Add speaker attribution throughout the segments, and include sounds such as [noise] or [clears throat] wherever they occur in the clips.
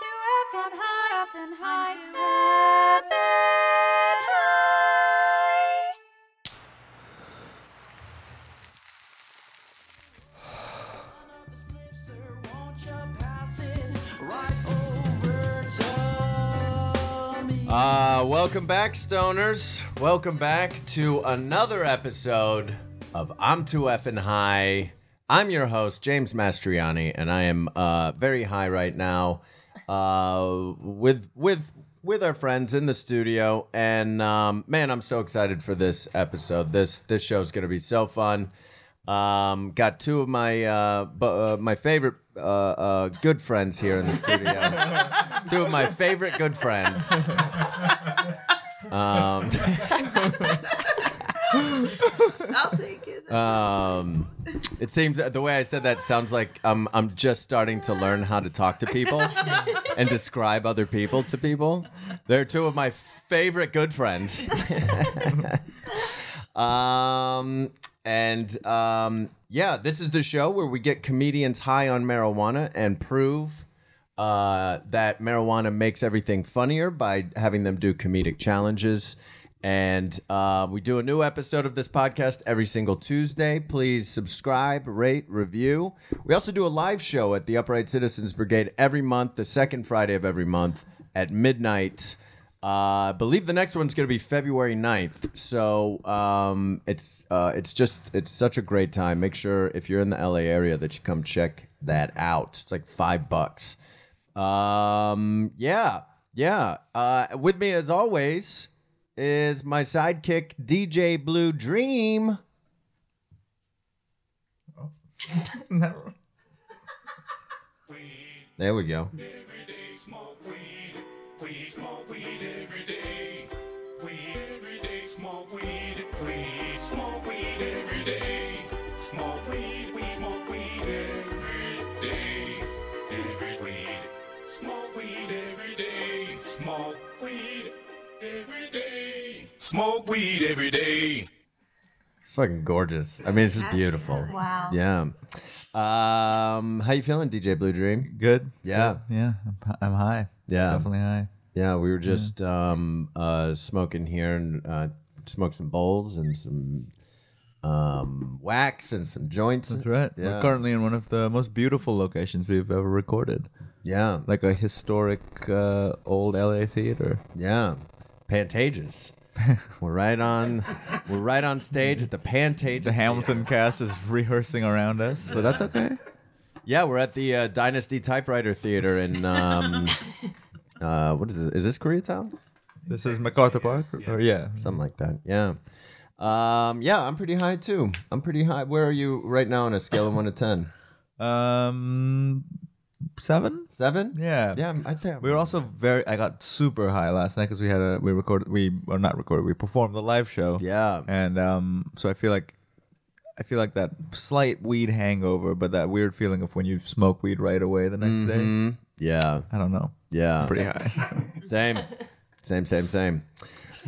Speaker 1: up high, up and high, up and high.
Speaker 2: Uh, welcome back, stoners. Welcome back to another episode of I'm Too Effin' High. I'm your host, James Mastriani, and I am uh, very high right now uh, with with with our friends in the studio. And um, man, I'm so excited for this episode. This this show's gonna be so fun. Um, got two of my uh, bu- uh, my favorite uh, uh, good friends here in the studio. two of my favorite good friends. Um,
Speaker 1: I'll take it.
Speaker 2: um, it seems the way I said that sounds like um, I'm just starting to learn how to talk to people and describe other people to people. They're two of my favorite good friends. um, and um, yeah, this is the show where we get comedians high on marijuana and prove uh, that marijuana makes everything funnier by having them do comedic challenges. And uh, we do a new episode of this podcast every single Tuesday. Please subscribe, rate, review. We also do a live show at the Upright Citizens Brigade every month, the second Friday of every month at midnight. Uh, I believe the next one's going to be February 9th. So um, it's uh, it's just it's such a great time. Make sure if you're in the LA area that you come check that out. It's like five bucks. Um, yeah, yeah. Uh, with me as always is my sidekick DJ Blue Dream.
Speaker 3: Never.
Speaker 2: There we go.
Speaker 4: Every day smoke weed. We smoke weed every day. We every day smoke weed. We smoke weed every day. Smoke weed. We smoke weed every day. Every weed. Smoke weed every day. Smoke weed every day. Smoke weed every day.
Speaker 2: It's fucking gorgeous. I mean, it's just beautiful. Wow. Yeah. Um, how you feeling, DJ Blue Dream?
Speaker 3: Good.
Speaker 2: Yeah.
Speaker 3: Yeah. I'm, hi- I'm high.
Speaker 2: Yeah.
Speaker 3: Definitely high.
Speaker 2: Yeah, we were just um, uh, smoking here and uh, smoked some bowls and some um, wax and some joints.
Speaker 3: That's right.
Speaker 2: Yeah.
Speaker 3: We're currently in one of the most beautiful locations we've ever recorded,
Speaker 2: Yeah.
Speaker 3: like a historic uh, old LA theater.
Speaker 2: Yeah,
Speaker 3: [laughs]
Speaker 2: Pantages. we're right on. We're right on stage at the Pantages. [laughs]
Speaker 3: The Hamilton cast is rehearsing around us, but that's okay.
Speaker 2: Yeah, we're at the uh, Dynasty Typewriter Theater in. [laughs] Um, uh, what is it? Is this Koreatown?
Speaker 3: This is MacArthur Park, or yeah,
Speaker 2: Something like that. Yeah. Um, yeah, I'm pretty high too. I'm pretty high. Where are you right now on a scale of one to ten?
Speaker 3: um, seven.
Speaker 2: Seven?
Speaker 3: Yeah.
Speaker 2: Yeah, I'm- I'd say. I'm
Speaker 3: We were also very. I got super high last night because we had a. We recorded. We or not recorded. We performed the live show.
Speaker 2: Yeah.
Speaker 3: and um, so I feel like I feel like that slight weed hangover, but that weird feeling of when you smoke weed right away the next day.
Speaker 2: Mm, yeah.
Speaker 3: I don't know.
Speaker 2: Yeah.
Speaker 3: Pretty
Speaker 5: [laughs]
Speaker 3: high.
Speaker 2: Same. Same, same,
Speaker 3: [laughs]
Speaker 2: same.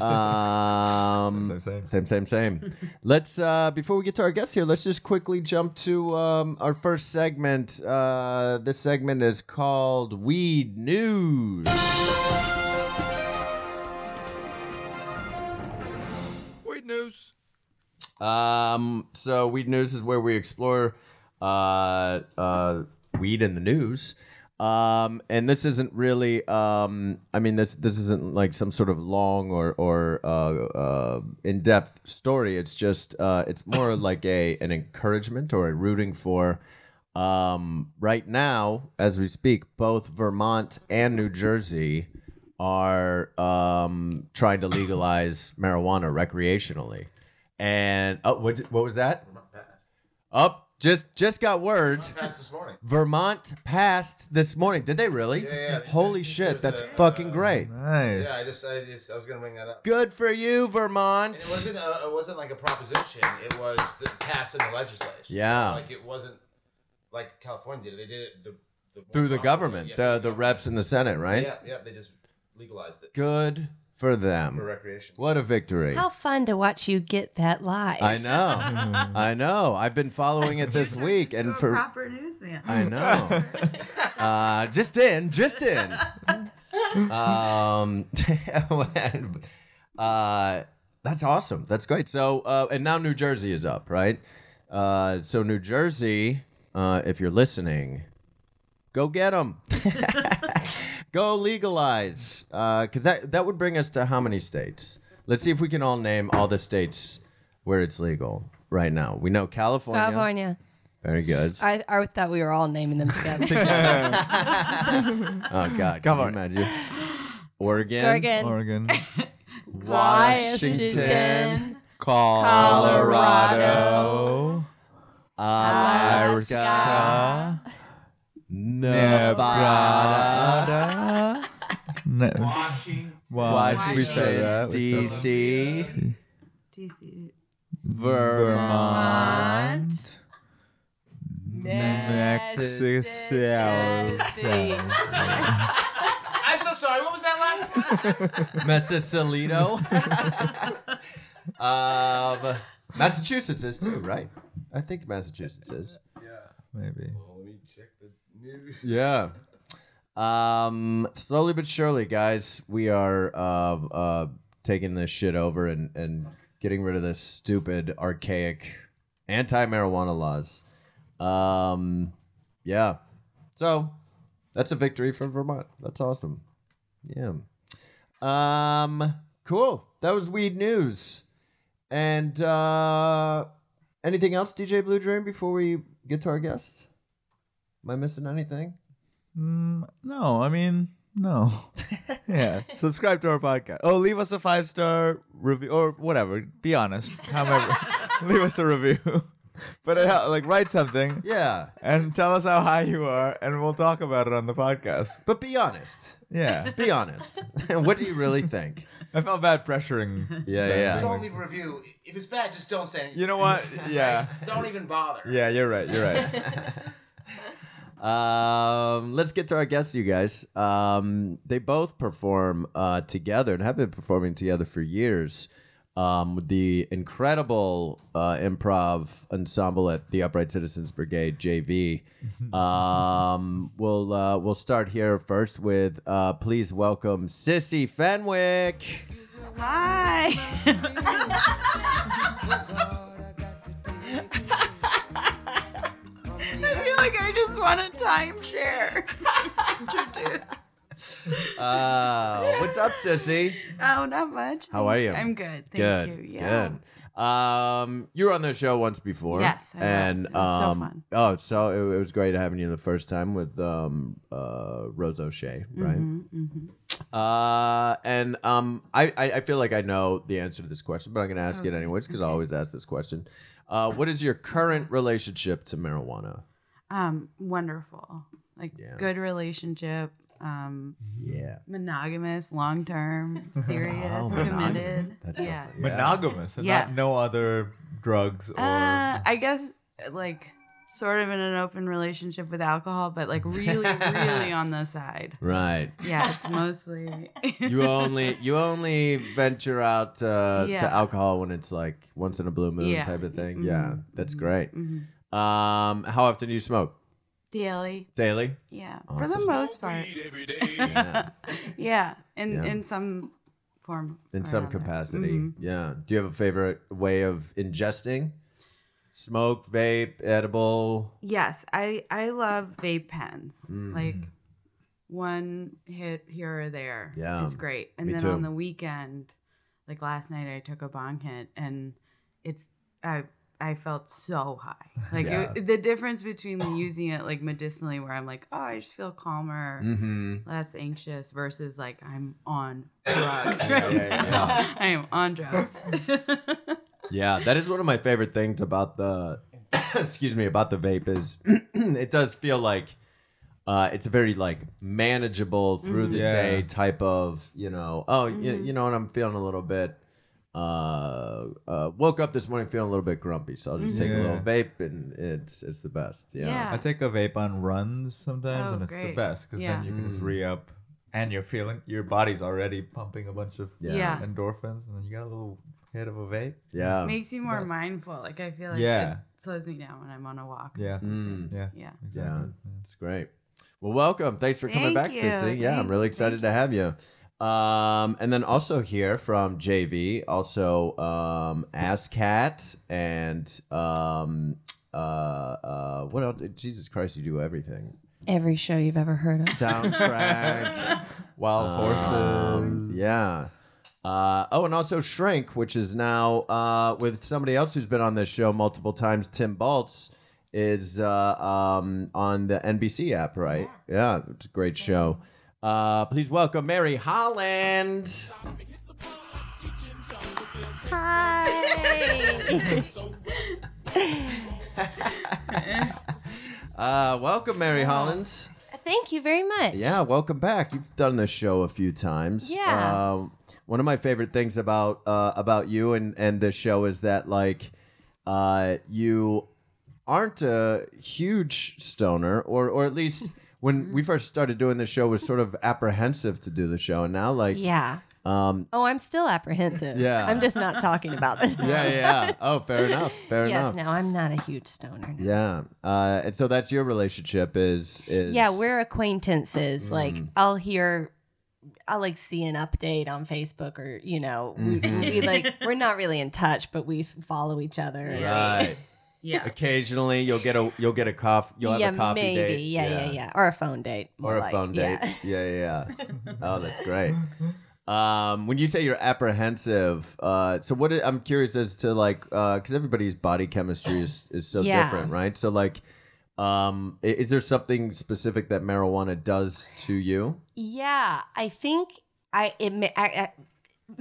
Speaker 2: Um,
Speaker 3: Same, same,
Speaker 2: same, same, same. Let's uh, before we get to our guests here, let's just quickly jump to um, our first segment. Uh, this segment is called Weed News.
Speaker 3: weed news.
Speaker 2: Um, so Weed News is where we explore uh, uh, weed in the news. Um, and this isn't really, um, I mean, this this isn't like some sort of long or or uh, uh, in depth story. It's just uh, it's more [laughs] like a an encouragement or a rooting for. Um, right now, as we speak, both Vermont and New Jersey are um, trying to legalize marijuana recreationally. And oh, what what was that? Up, just just got word.
Speaker 5: passed this morning.
Speaker 2: Vermont passed this morning. Did they really?
Speaker 5: yeah, they
Speaker 2: Holy
Speaker 5: said
Speaker 2: shit, that's
Speaker 5: there's a,
Speaker 2: fucking
Speaker 5: uh,
Speaker 2: great.
Speaker 3: Nice.
Speaker 5: Yeah, I just, I just, I was gonna bring that up.
Speaker 2: Good for you,
Speaker 5: And it
Speaker 2: Vermont.
Speaker 5: wasn't, a, it wasn't like a proposition. It was the, passed in the legislation.
Speaker 2: Yeah.
Speaker 5: like it wasn't like California did. it. They did it the, the
Speaker 2: Through the government,
Speaker 5: Yeah,
Speaker 2: the
Speaker 5: through
Speaker 2: the reps in the Senate, right?
Speaker 5: Yeah, yeah. They just legalized it
Speaker 2: Good for
Speaker 5: for
Speaker 2: them.
Speaker 5: recreation.
Speaker 2: What a victory.
Speaker 6: How fun to watch you get that live.
Speaker 2: I know. I know. I've been following it this week and for
Speaker 1: proper newsman.
Speaker 2: I know. Uh, just in, just in. um, [laughs] uh, that's awesome. That's great. So, uh, and now New Jersey is up, right? Uh, so New Jersey, uh, if you're listening, go get them. [laughs] go legalize, because that that would bring us to how many states? Let's see if we can all name all the states where it's legal right now. We know California.
Speaker 6: California.
Speaker 2: Very good.
Speaker 6: I, I thought we were all naming them together.
Speaker 2: Oh God, come on, imagine. Oregon,
Speaker 6: Oregon,
Speaker 3: Oregon,
Speaker 6: Washington,
Speaker 3: Colorado,
Speaker 1: Alaska.
Speaker 3: Nevada, Ne-
Speaker 4: Washington.
Speaker 3: Washington, we said that, we said that.
Speaker 2: DC,
Speaker 1: DC.
Speaker 2: Vermont.
Speaker 1: Vermont.
Speaker 3: Mexico,
Speaker 5: I'm so sorry. What was that last one?
Speaker 2: Messasalito. [laughs] um, Massachusetts is too, right? I think Massachusetts is.
Speaker 3: maybe.
Speaker 2: Yeah. Um, slowly but surely, guys, we are uh, uh, taking this shit over and, and getting rid of this stupid, archaic anti-marijuana laws. Um, yeah. So that's a victory for Vermont. That's awesome. Yeah. Um, cool. That was weed news. And uh, anything else, DJ Blue Dream, before we get to our guests? Am I missing anything?
Speaker 3: Mm, no, I mean no. yeah, subscribe to our podcast. Oh, leave us a five star review or whatever. Be honest, however, leave us a review. [laughs] But it, hel- like write something
Speaker 2: Yeah,
Speaker 3: and tell us how high you are, and we'll talk about it on the podcast.
Speaker 2: but be honest.
Speaker 3: Yeah,
Speaker 2: Be honest. [laughs] what do you really think?
Speaker 3: I felt bad pressuring.
Speaker 2: Yeah,
Speaker 3: them.
Speaker 2: yeah.
Speaker 5: Don't leave a review. If it's bad, just don't say anything.
Speaker 3: You know what?
Speaker 5: [laughs]
Speaker 3: Yeah,
Speaker 5: Don't even bother.
Speaker 3: yeah. You're right. You're right.
Speaker 2: Um, let's get to our guests, you guys. Um, they both perform uh, together and have been performing together for years. Um, with the incredible uh, improv ensemble at the Upright Citizens Brigade (JV). Um, we'll uh, we'll start here first with uh, please welcome Sissy Fenwick.
Speaker 1: Hi. I feel like I just want a timeshare. Introduce.
Speaker 2: Uh, what's up, Sissy?
Speaker 1: Oh, not much.
Speaker 2: How are you?
Speaker 1: I'm good. Thank
Speaker 2: good.
Speaker 1: you. Yeah.
Speaker 2: Good. Um, you were on the show once before.
Speaker 1: Yes, I was.
Speaker 2: and
Speaker 1: It was so
Speaker 2: um,
Speaker 1: fun.
Speaker 2: Oh, so it, it was great having you the first time with um, uh, Rose O'Shea, right?
Speaker 1: Mm-hmm,
Speaker 2: Uh, and um, I, I I feel like I know the answer to this question, but I'm gonna ask it anyways because I always ask this question. Uh, what is your current relationship to marijuana?
Speaker 1: Um, wonderful. Like
Speaker 2: Yeah.
Speaker 1: good relationship. Um,
Speaker 2: Yeah.
Speaker 1: monogamous, long
Speaker 2: [laughs]
Speaker 1: term, serious,
Speaker 2: Oh, monogamous.
Speaker 1: committed.
Speaker 2: That's so
Speaker 1: yeah.
Speaker 2: funny.
Speaker 3: Monogamous and
Speaker 1: Yeah.
Speaker 3: not no other drugs or.
Speaker 1: Uh, I guess like sort of in an open relationship with alcohol, but like really,
Speaker 2: [laughs]
Speaker 1: really on the side.
Speaker 2: Right.
Speaker 1: Yeah, it's mostly.
Speaker 2: [laughs]
Speaker 1: [laughs]
Speaker 2: You only you only venture out uh,
Speaker 1: Yeah.
Speaker 2: to alcohol when it's like once in a blue moon
Speaker 1: Yeah.
Speaker 2: type of thing. Yeah,
Speaker 1: Mhm.
Speaker 2: that's great.
Speaker 1: Mhm.
Speaker 2: Um, how often do you smoke?
Speaker 1: daily.
Speaker 2: Daily.
Speaker 1: Yeah, for the
Speaker 2: Awesome.
Speaker 1: most part.
Speaker 4: every day.
Speaker 1: [laughs]
Speaker 2: Yeah,
Speaker 1: Yeah, in
Speaker 2: Yeah.
Speaker 1: in some form.
Speaker 2: in
Speaker 1: or
Speaker 2: some
Speaker 1: another.
Speaker 2: capacity.
Speaker 1: Mhm.
Speaker 2: Yeah. Do you have a favorite way of ingesting? Smoke, vape, edible.
Speaker 1: Yes, I I love vape pens.
Speaker 2: Mm.
Speaker 1: Like one hit here or there is
Speaker 2: Yeah,
Speaker 1: great. And
Speaker 2: me
Speaker 1: then
Speaker 2: too.
Speaker 1: on the weekend, like last night, I took a bong hit and it I I felt so high.
Speaker 2: [laughs]
Speaker 1: Like
Speaker 2: Yeah.
Speaker 1: it, the difference between using it like medicinally, where I'm like, oh, I just feel calmer.
Speaker 2: Mm-hmm.
Speaker 1: Less anxious versus like I'm
Speaker 2: [laughs]
Speaker 1: on drugs. [laughs] Right
Speaker 2: yeah,
Speaker 1: now.
Speaker 2: yeah.
Speaker 1: I am on
Speaker 2: [laughs]
Speaker 1: drugs. [laughs]
Speaker 2: Yeah, that is one of my favorite things about the [coughs] excuse me about the vape is [clears throat] it does feel like uh, it's a very like manageable through the
Speaker 3: Mhm.
Speaker 2: day
Speaker 3: Yeah. Mm-hmm.
Speaker 2: type of you know oh y- you, know what I'm feeling a little bit uh, uh woke up this morning feeling a little bit grumpy so I'll just take a little
Speaker 3: Yeah.
Speaker 2: vape and it's it's the best yeah
Speaker 1: Yeah.
Speaker 3: I take a vape on runs sometimes,
Speaker 1: Ah. Oh,
Speaker 3: and it's the
Speaker 1: great.
Speaker 3: best because
Speaker 1: Yeah.
Speaker 3: then you can just
Speaker 2: Mm.
Speaker 3: re up, and you're feeling your body's already pumping a bunch of
Speaker 2: Yeah.
Speaker 1: Yeah.
Speaker 3: endorphins, and then you got a little hit of a vape.
Speaker 2: yeah,
Speaker 1: Makes you
Speaker 3: the
Speaker 1: more
Speaker 3: best.
Speaker 1: mindful. Like I feel like
Speaker 3: Yeah.
Speaker 1: it slows me down when I'm on a walk. or
Speaker 3: Yeah.
Speaker 1: something.
Speaker 2: Mm.
Speaker 3: Yeah,
Speaker 1: Yeah.
Speaker 3: exactly.
Speaker 2: it's great Well, welcome. Thanks for coming
Speaker 1: Thank
Speaker 2: back,
Speaker 1: you.
Speaker 2: Sissy. Yeah, I'm
Speaker 1: Thank-
Speaker 2: really excited to have you. Um, and then also here from JV, also um, Ascat and um, uh, uh, what else? Jesus Christ, you do
Speaker 1: [laughs]
Speaker 2: everything.
Speaker 7: Every show you've ever heard of.
Speaker 2: Soundtrack,
Speaker 3: Wild
Speaker 2: um, [laughs]
Speaker 3: horses.
Speaker 2: yeah. Uh, oh, and also Shrink, which is now uh, with somebody else who's been on this show multiple times, Tim Baltz, is uh, um, on the NBC app, right? Yeah, it's a great show. Uh, please welcome Mary Holland.
Speaker 4: [laughs]
Speaker 2: Uh, welcome, Mary Holland.
Speaker 8: Thank you very much.
Speaker 2: Yeah, welcome back. You've done this show a few times.
Speaker 8: Yeah.
Speaker 2: Um, one of my favorite things about uh, about you and and this show is that like uh, you aren't a huge stoner, or or at
Speaker 7: [laughs]
Speaker 2: least
Speaker 7: Mm-hmm.
Speaker 2: when we first started doing the show was sort of apprehensive to do the show, and now like
Speaker 7: Yeah.
Speaker 2: um,
Speaker 8: Oh, I'm still apprehensive.
Speaker 2: Yeah.
Speaker 8: I'm just not talking about this.
Speaker 2: yeah
Speaker 7: [laughs]
Speaker 2: yeah oh fair enough fair
Speaker 7: Yes,
Speaker 2: enough
Speaker 7: no, I'm not a huge stoner. no.
Speaker 2: yeah uh, and so that's your relationship is is
Speaker 7: Yeah, we're
Speaker 2: Mm.
Speaker 7: acquaintances. Like I'll hear I'll like see an update on Facebook or you know,
Speaker 2: Mm.
Speaker 7: we,
Speaker 2: Mm-hmm.
Speaker 7: [laughs] we like we're not really in touch, but we s- follow each other. and-
Speaker 2: right.
Speaker 1: Yeah.
Speaker 2: [laughs] Occasionally, you'll get a you'll get a coffee. You'll have
Speaker 7: yeah,
Speaker 2: a coffee
Speaker 7: maybe.
Speaker 2: date.
Speaker 7: Yeah, yeah, yeah, Or a phone date.
Speaker 2: or
Speaker 7: more
Speaker 2: a
Speaker 7: like,
Speaker 2: phone date.
Speaker 7: yeah. [laughs]
Speaker 2: Yeah, yeah. yeah. oh, that's great. Um, when you say you're apprehensive, uh, so what? i- I'm curious as to like, because everybody's body chemistry is is so
Speaker 7: Yeah.
Speaker 2: different, right? So like, um, i- is there something specific that marijuana does to you?
Speaker 7: Yeah, I think I it ma- I, I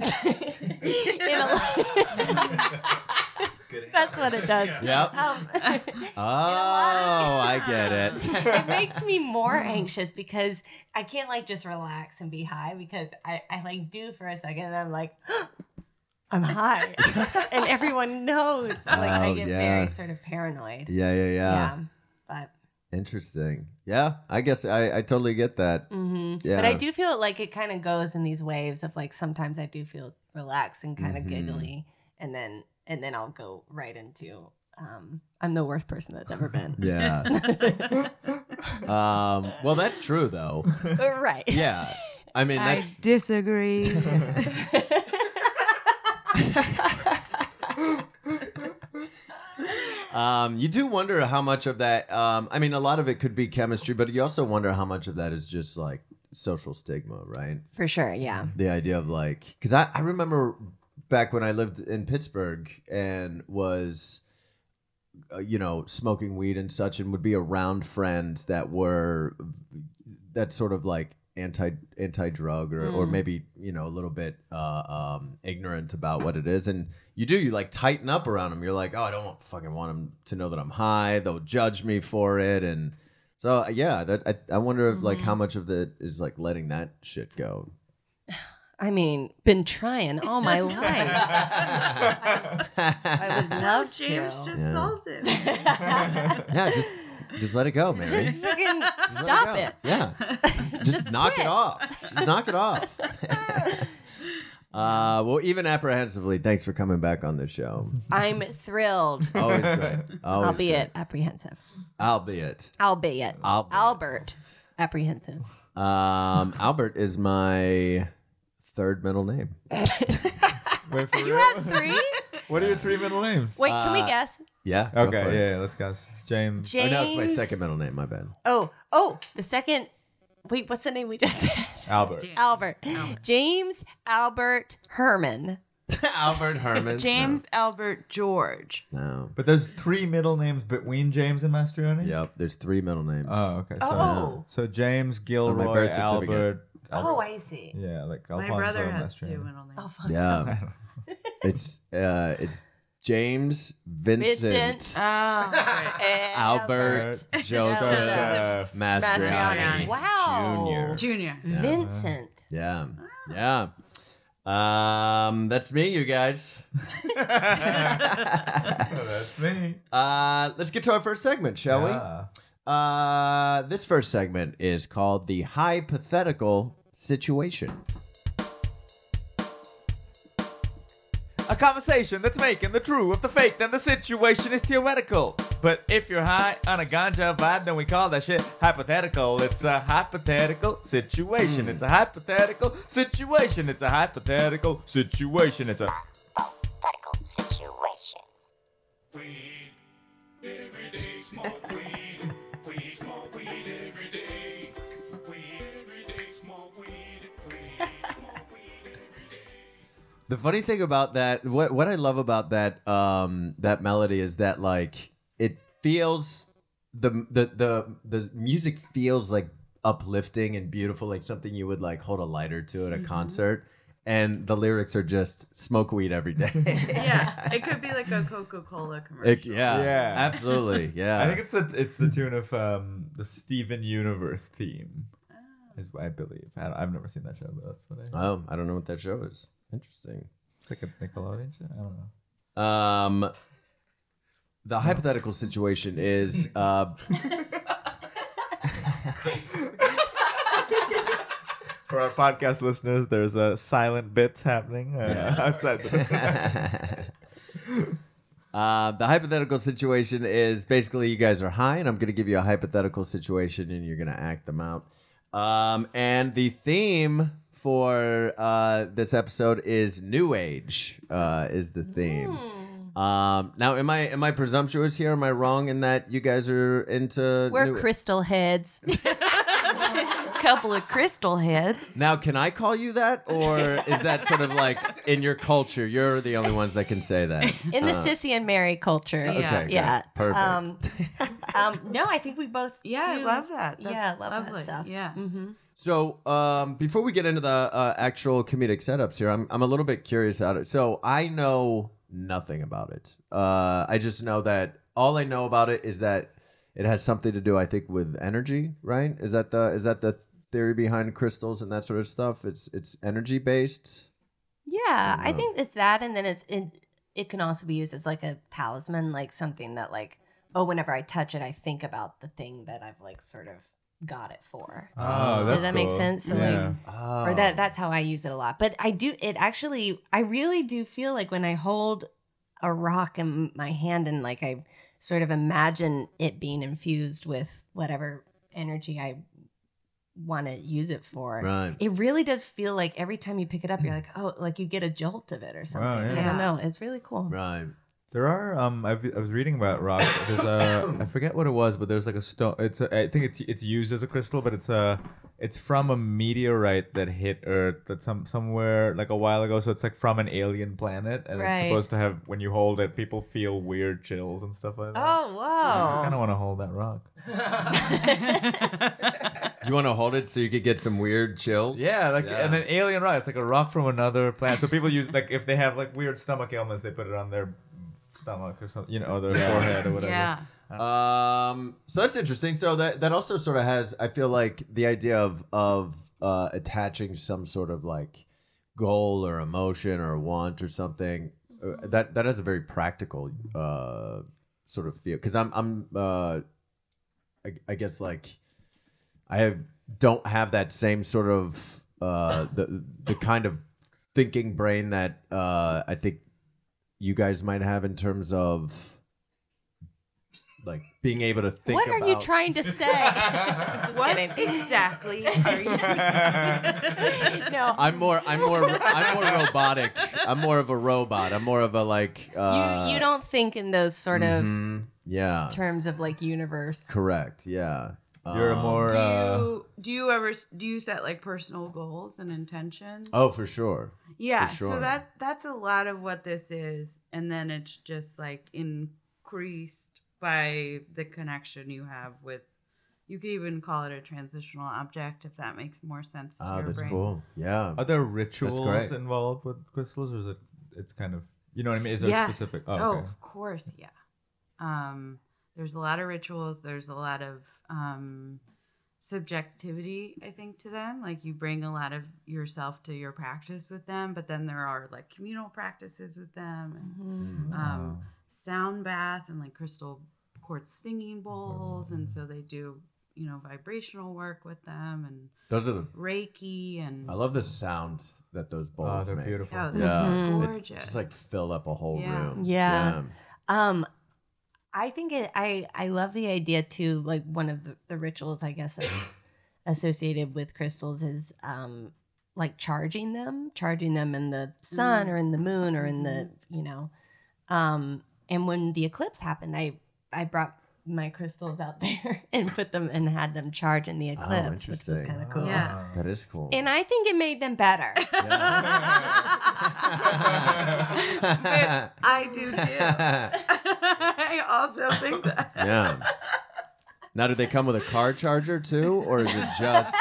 Speaker 7: in [laughs] a
Speaker 8: That's what it does.
Speaker 2: [laughs]
Speaker 7: [laughs]
Speaker 2: Yep.
Speaker 7: um,
Speaker 2: Oh, I get it.
Speaker 7: [laughs] it makes me more anxious because I can't like just relax and be high because I, I like do for a second and I'm like [gasps] I'm high [laughs] and everyone knows like I
Speaker 2: Oh,
Speaker 7: get
Speaker 2: yeah.
Speaker 7: very sort of paranoid
Speaker 2: yeah, yeah, yeah.
Speaker 7: but
Speaker 2: Interesting. Yeah, I guess I, I totally get that.
Speaker 7: hmm
Speaker 2: Yeah.
Speaker 7: but I do feel like it kind of goes in these waves of like sometimes I do feel relaxed and kind of
Speaker 2: Mhm.
Speaker 7: giggly and then and then I'll go right into um I'm the worst person that's ever been
Speaker 2: [laughs]
Speaker 7: [laughs]
Speaker 2: Yeah. um, well, that's true though.
Speaker 7: right
Speaker 2: Yeah. I
Speaker 1: [laughs]
Speaker 2: mean,
Speaker 1: I
Speaker 2: that's
Speaker 1: [laughs] disagree.
Speaker 2: Um, you do wonder how much of that. Um, I mean, a lot of it could be chemistry, but you also wonder how much of that is just like social stigma, right?
Speaker 7: [laughs] for sure yeah
Speaker 2: The idea of like, because I, I remember back when I lived in Pittsburgh and was, uh, you know, smoking weed and such, and would be around friends that were that sort of like anti anti drug or, or
Speaker 7: Mm.
Speaker 2: maybe you know a little bit uh, um, ignorant about what it is and you do you like tighten up around them you're like oh i don't want, fucking want them to know that i'm high they'll judge me for it and so uh, yeah that i, I wonder if like
Speaker 7: Mm-hmm.
Speaker 2: how much of it is like letting that shit go
Speaker 7: I mean, been trying
Speaker 2: [laughs]
Speaker 7: all my life. I would [laughs] love
Speaker 1: James
Speaker 7: to.
Speaker 1: just
Speaker 2: Yeah.
Speaker 1: solved it.
Speaker 2: yeah just just let it go mary [laughs]
Speaker 7: Just fucking
Speaker 2: Just let
Speaker 7: stop
Speaker 2: go.
Speaker 7: it.
Speaker 2: yeah just, knock it off just knock it
Speaker 7: [laughs]
Speaker 2: off uh well even apprehensively thanks for coming back on the show
Speaker 7: I'm thrilled, [laughs]
Speaker 2: Always great. [laughs] Always
Speaker 7: albeit apprehensive.
Speaker 2: Albeit.
Speaker 7: Albeit.
Speaker 2: Albert.
Speaker 7: Albert. Apprehensive.
Speaker 2: [laughs] Um, Albert is my third middle name.
Speaker 3: Wait
Speaker 1: [laughs]
Speaker 3: for
Speaker 8: You
Speaker 3: real?
Speaker 8: have three?
Speaker 3: What are your three middle names?
Speaker 8: Wait, can we
Speaker 2: Uh,
Speaker 8: guess?
Speaker 2: Yeah. go for
Speaker 3: Okay,
Speaker 2: it.
Speaker 3: yeah, yeah, let's guess. James.
Speaker 2: Oh,
Speaker 7: James.
Speaker 2: no, it's my second middle name. My bad.
Speaker 7: Oh, oh, the second. Wait, what's the name we just said?
Speaker 3: Albert.
Speaker 7: Albert. James Albert Herman.
Speaker 2: [laughs] Albert [laughs] Herman.
Speaker 1: James Albert George.
Speaker 2: No. no.
Speaker 3: But there's three middle names between James and Mastrioni?
Speaker 2: Yep. There's three middle names.
Speaker 3: Oh, okay. So,
Speaker 7: Oh.
Speaker 3: so James, Gilroy,
Speaker 2: birth certificate.
Speaker 3: Albert.
Speaker 7: Oh, I see. Oh,
Speaker 3: Yeah, like Alfonso
Speaker 1: My brother
Speaker 3: and
Speaker 1: has two
Speaker 3: Mastrioni.
Speaker 1: middle names.
Speaker 7: Alfonso.
Speaker 2: yeah. it's uh, it's James Vincent,
Speaker 7: Vincent.
Speaker 1: Oh,
Speaker 7: [laughs]
Speaker 1: great.
Speaker 2: Albert [laughs] Joseph
Speaker 3: Joseph.
Speaker 2: Mastriani
Speaker 1: Mastriani.
Speaker 7: Wow.
Speaker 2: Junior.
Speaker 1: Junior.
Speaker 7: Vincent.
Speaker 2: Yeah. Yeah. Um, that's me, you guys.
Speaker 3: Oh, that's me. Ah.
Speaker 2: Uh, let's get to our first segment, shall we?
Speaker 3: Yeah.
Speaker 2: Uh, this first segment is called the hypothetical situation.
Speaker 3: A conversation that's making the true of the fake, then the situation is theoretical. But if you're high on a ganja vibe, then we call that shit hypothetical. It's a hypothetical situation. It's a hypothetical situation. It's a hypothetical situation. It's a
Speaker 9: hypothetical situation.
Speaker 4: weed every day. Smoke weed, we smoke weed every day. Weed every day, smoke weed, weed, smoke weed every day.
Speaker 2: The funny thing about that, what what I love about that um that melody is that like it feels the the the the music feels like uplifting and beautiful, like something you would like hold a lighter to at a concert. And the lyrics are just smoke weed
Speaker 1: [laughs]
Speaker 2: every day.
Speaker 1: yeah, it could be like a Coca Cola commercial.
Speaker 2: It- yeah,
Speaker 3: Yeah. [laughs]
Speaker 2: absolutely. Yeah,
Speaker 3: I think it's the it's the tune of um, the Steven Universe theme, is what I believe. I don't, I've never seen that show, but that's what I.
Speaker 2: oh, I don't know what that show is. Interesting.
Speaker 3: It's like a Nickelodeon show. I don't know.
Speaker 2: Um, the
Speaker 3: Hmm.
Speaker 2: hypothetical situation is uh,
Speaker 3: For our podcast listeners, there's a silent bits happening uh, [laughs] outside. The-
Speaker 7: Oh,
Speaker 2: Uh, the hypothetical situation is basically you guys are high, and I'm going to give you a hypothetical situation, and you're going to act them out. Um, and the theme for uh, this episode is New Age. Uh, is the theme. Um, now, am I am I presumptuous here? Am I wrong in that you guys are into?
Speaker 7: We're
Speaker 2: new-
Speaker 7: crystal
Speaker 2: [laughs]
Speaker 7: heads. Couple of crystal heads.
Speaker 2: Now, can I call you that, or is that sort of like in your culture? You're the only ones that can say that.
Speaker 7: [laughs] In the
Speaker 2: Uh,
Speaker 7: Sissy and Mary culture.
Speaker 1: Okay,
Speaker 7: yeah.
Speaker 2: good. Perfect.
Speaker 7: Um, um, no, I think we both.
Speaker 1: Yeah, I
Speaker 7: do-
Speaker 1: love that. That's
Speaker 6: Yeah, I love that
Speaker 1: lovely.
Speaker 6: stuff.
Speaker 1: Yeah. [laughs]
Speaker 7: Mm-hmm.
Speaker 2: So, um, before we get into the uh, actual comedic setups here, I'm, I'm a little bit curious about it. So, I know nothing about it. Uh, I just know that all I know about it is that it has something to do, I think, with energy. Right? Is that the is that the theory behind crystals and that sort of stuff? It's it's energy based.
Speaker 7: Yeah, I
Speaker 2: Wow.
Speaker 7: think it's that, and then it's it, it can also be used as like a talisman, like something that like oh, whenever I touch it, I think about the thing that I've like sort of got it for.
Speaker 3: oh,
Speaker 7: Does that make sense? So, like,
Speaker 2: Oh.
Speaker 7: Or that that's how I use it a lot. But I do it actually. I really do feel like when I hold a rock in my hand and like I sort of imagine it being infused with whatever energy I want to use it for
Speaker 2: right.
Speaker 7: it really does feel like every time you pick it up, you're like, oh, like you get a jolt of it or something.
Speaker 3: yeah.
Speaker 7: I
Speaker 1: Yeah.
Speaker 7: don't know. It's really cool.
Speaker 2: Right.
Speaker 3: There are um I've, I was reading about rocks. There's a I forget what it was, but there's like a stone. It's a, I think it's it's used as a crystal, but it's a it's from a meteorite that hit Earth that some somewhere like a while ago. So it's like from an alien planet, and it's
Speaker 7: Right.
Speaker 3: supposed to have when you hold it, people feel weird chills and stuff like that.
Speaker 7: Oh,
Speaker 3: I kind of
Speaker 7: whoa.
Speaker 3: want to hold that rock.
Speaker 2: You want to hold it so you could get some weird chills?
Speaker 3: Yeah, like and an alien rock. It's like a rock from another planet. So people use like if they have like weird stomach ailments, they put it on their stomach or something, you know, or their forehead or whatever.
Speaker 1: Yeah.
Speaker 2: Um, so that's interesting. So that that also sort of has, I feel like, the idea of of uh, attaching some sort of like goal or emotion or want or something. Uh,
Speaker 7: Mm-hmm.
Speaker 2: that that has a very practical uh, sort of feel because I'm I'm uh, I, I guess like I have, don't have that same sort of uh, the the kind of thinking brain that uh, I think you guys might have in terms of like being able to think.
Speaker 7: What are you
Speaker 2: about-
Speaker 7: trying to say?
Speaker 2: [laughs]
Speaker 7: Just
Speaker 1: What
Speaker 7: kidding.
Speaker 1: [laughs] exactly are
Speaker 3: [laughs]
Speaker 1: you?
Speaker 7: [laughs] No.
Speaker 2: I'm more. I'm more. I'm more robotic. I'm more of a robot. I'm more of a like. Uh,
Speaker 7: you, you don't think in those sort of
Speaker 2: mhm, yeah.
Speaker 7: terms of like universe.
Speaker 2: Correct. Yeah.
Speaker 3: You're a
Speaker 2: Um,
Speaker 3: more
Speaker 1: do
Speaker 3: uh,
Speaker 1: you do you ever s- do you set like personal goals and intentions?
Speaker 2: Oh, for sure.
Speaker 1: yeah.
Speaker 2: for
Speaker 1: So
Speaker 2: sure.
Speaker 1: that that's a lot of what this is, and then it's just like increased by the connection you have with. You could even call it a transitional object if that makes more sense to
Speaker 2: Oh,
Speaker 1: your
Speaker 2: that's
Speaker 1: brain.
Speaker 2: cool. Yeah.
Speaker 3: Are there rituals
Speaker 2: great.
Speaker 3: involved with crystals, or is it? It's kind of you know what I mean. Is there a
Speaker 1: Yes.
Speaker 3: specific?
Speaker 1: Oh,
Speaker 3: okay.
Speaker 1: of course, yeah. Um, there's a lot of rituals. There's a lot of um, subjectivity, I think, to them. Like you bring a lot of yourself to your practice with them, but then there are like communal practices with them, and um, sound bath, and like crystal quartz singing bowls, and so they do you know vibrational work with them and
Speaker 2: Those are the.
Speaker 1: reiki and
Speaker 2: I love the sound that those
Speaker 3: oh,
Speaker 2: balls
Speaker 3: they're
Speaker 2: make.
Speaker 3: beautiful.
Speaker 1: oh,
Speaker 2: Yeah.
Speaker 1: they're
Speaker 2: It
Speaker 1: gorgeous.
Speaker 2: Just like fill up a whole
Speaker 1: Yeah.
Speaker 2: room.
Speaker 7: Yeah. Um, I think it, I I love the idea too. Like one of the, the rituals, I guess, that's
Speaker 1: [clears throat]
Speaker 7: associated with crystals is um like charging them, charging them in the
Speaker 1: Mm.
Speaker 7: sun or in the moon or in the
Speaker 1: Mm-hmm.
Speaker 7: you know. Um, and when the eclipse happened, I I brought my crystals out [laughs] there and put them and had them charge in the
Speaker 1: Oh,
Speaker 7: eclipse, which was
Speaker 2: interesting.
Speaker 7: kind of cool.
Speaker 1: Yeah.
Speaker 3: Ah.
Speaker 2: That is cool.
Speaker 1: [laughs]
Speaker 7: And I think it made them better.
Speaker 2: Yeah.
Speaker 1: But I do too. [laughs] I also think
Speaker 7: [laughs]
Speaker 1: that.
Speaker 2: [laughs] yeah. Now, do they come with a car charger too, or is it just